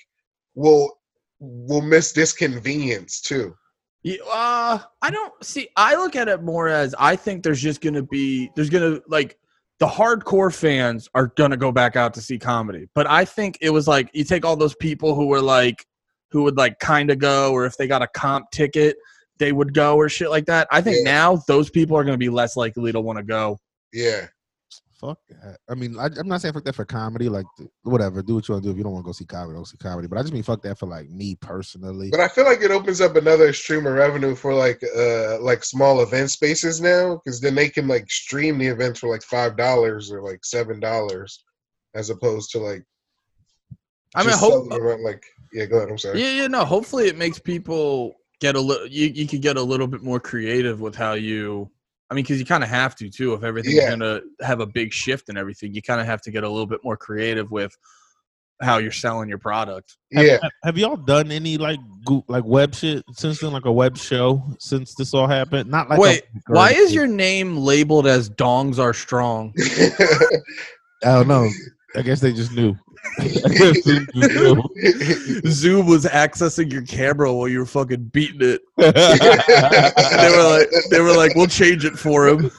[SPEAKER 1] will will miss this convenience too.
[SPEAKER 7] Yeah, uh, I don't see. I look at it more as I think there's just gonna be there's gonna like the hardcore fans are gonna go back out to see comedy, but I think it was like you take all those people who were like who would like kind of go, or if they got a comp ticket, they would go or shit like that. I think
[SPEAKER 1] Yeah.
[SPEAKER 7] now those people are gonna be less likely to want to go.
[SPEAKER 1] Yeah,
[SPEAKER 3] Fuck that. I mean, I, I'm not saying fuck that for comedy. Like, th- whatever. Do what you want to do. If you don't want to go see comedy, don't see comedy. But I just mean fuck that for like me personally.
[SPEAKER 1] but I feel like it opens up another stream of revenue for like uh like small event spaces now because then they can like stream the events for like five dollars or like seven dollars as opposed to like
[SPEAKER 7] I mean,
[SPEAKER 1] just
[SPEAKER 7] hope
[SPEAKER 1] selling around, like yeah. Go ahead. I'm sorry.
[SPEAKER 7] Yeah, yeah, no. Hopefully, it makes people get a little. You you could get a little bit more creative with how you. I mean, because you kind of have to too. If everything's
[SPEAKER 1] Yeah.
[SPEAKER 7] gonna have a big shift and everything, you kind of have to get a little bit more creative with how you're selling your product.
[SPEAKER 1] yeah.
[SPEAKER 3] Have, have y'all done any like go- like web shit since then? Like a web show since this all happened? Not like a-
[SPEAKER 7] Wait, Why is your name labeled as "Dongs Are Strong"?
[SPEAKER 3] I don't know. I guess they just knew. I guess they just knew.
[SPEAKER 2] Zoom was accessing your camera while you were fucking beating it. They
[SPEAKER 1] they
[SPEAKER 2] were like, they were like, we'll change it for him.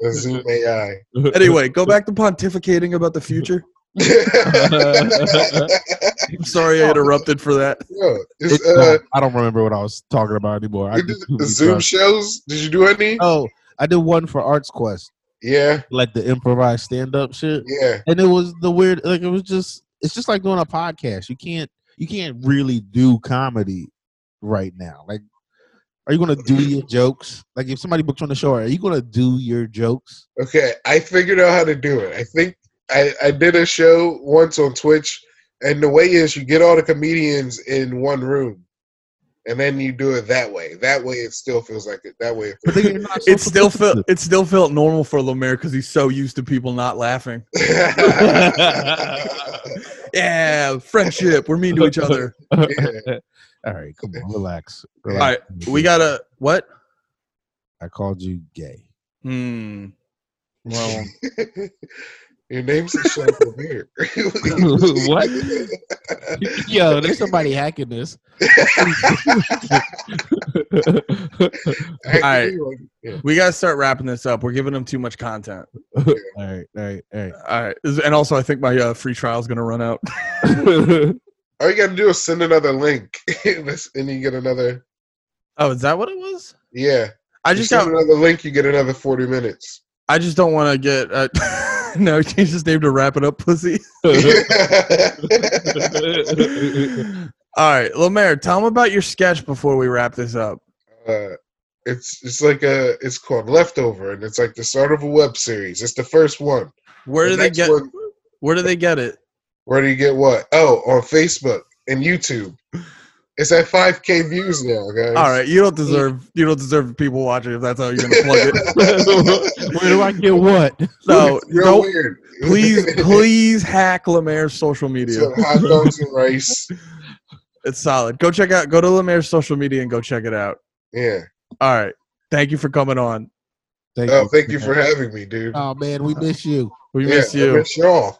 [SPEAKER 1] Zoom AI.
[SPEAKER 2] Anyway, go back to pontificating about the future. I'm sorry I interrupted for that.
[SPEAKER 1] Yo,
[SPEAKER 3] It-
[SPEAKER 1] is, uh,
[SPEAKER 3] I don't remember what I was talking about anymore. I
[SPEAKER 1] you
[SPEAKER 3] just-
[SPEAKER 1] did the Zoom shows? Did you do any?
[SPEAKER 3] oh, I did one for Arts Quest,
[SPEAKER 1] Yeah,
[SPEAKER 3] like the improvised stand up shit,
[SPEAKER 1] yeah,
[SPEAKER 3] and it was the weird. Like it was just, it's just like doing a podcast. You can't, you can't really do comedy right now. Like, are you gonna do your jokes? Like, if somebody books you on the show, are you gonna do your jokes?
[SPEAKER 1] okay. I figured out how to do it. I think I, I did a show once on Twitch, and the way is you get all the comedians in one room, and then you do it that way. That way, it still feels like it. That way, it
[SPEAKER 3] But
[SPEAKER 1] feels
[SPEAKER 3] then you're not
[SPEAKER 2] It still
[SPEAKER 3] social
[SPEAKER 2] felt it still felt normal for Lemaire because he's so used to people not laughing.
[SPEAKER 1] yeah.
[SPEAKER 2] Yeah, friendship. We're mean to each other.
[SPEAKER 3] All right, come on, relax.
[SPEAKER 1] All
[SPEAKER 3] relax.
[SPEAKER 2] We gotta what?
[SPEAKER 3] I called you gay.
[SPEAKER 2] Hmm.
[SPEAKER 3] Oh.
[SPEAKER 2] Well,
[SPEAKER 1] Your name's a show from here.
[SPEAKER 3] What? Yo, there's somebody hacking this.
[SPEAKER 1] All
[SPEAKER 2] right. we gotta start wrapping this up. We're giving them too much content.
[SPEAKER 3] all right, all right, all
[SPEAKER 2] All right, and also I think my uh, free trial's gonna run out.
[SPEAKER 3] right.
[SPEAKER 1] All you gotta do is send another link, That's- and you get another.
[SPEAKER 7] Oh, is that what it was?
[SPEAKER 1] Yeah,
[SPEAKER 7] I
[SPEAKER 1] I
[SPEAKER 7] just
[SPEAKER 1] just send
[SPEAKER 7] got.
[SPEAKER 1] another link. You get another forty minutes.
[SPEAKER 7] I just don't want to get. Uh, no, you changed his name to "Wrap It Up, Pussy."
[SPEAKER 1] Uh,
[SPEAKER 2] All right, Lemaire, tell them about your sketch before we wrap this up.
[SPEAKER 1] uh, it's it's like a it's called Leftover, and it's like the start of a web series. It's the first one.
[SPEAKER 7] Where
[SPEAKER 1] The
[SPEAKER 7] do they
[SPEAKER 1] next
[SPEAKER 7] get?
[SPEAKER 1] one-
[SPEAKER 7] Where do they get it?
[SPEAKER 1] where do you get what? Oh, on Facebook and YouTube. It's at five k views now, guys.
[SPEAKER 2] All right, you don't deserve you don't deserve people watching if that's how you're gonna plug it.
[SPEAKER 3] Where do I get
[SPEAKER 1] Oh,
[SPEAKER 3] what?
[SPEAKER 2] No,
[SPEAKER 1] Real
[SPEAKER 2] don't-
[SPEAKER 1] weird.
[SPEAKER 2] please please hack Lemaire's social media.
[SPEAKER 1] So, hot dogs and rice.
[SPEAKER 2] It's solid. Go check out. Go to Lemaire's social media and go check it out.
[SPEAKER 1] Yeah.
[SPEAKER 2] All right, thank you for coming on.
[SPEAKER 3] Thank
[SPEAKER 1] Oh, thank you for having me, dude.
[SPEAKER 3] Oh man, we miss you.
[SPEAKER 2] We
[SPEAKER 1] Yeah,
[SPEAKER 2] miss
[SPEAKER 1] I
[SPEAKER 2] you.
[SPEAKER 1] miss y'all.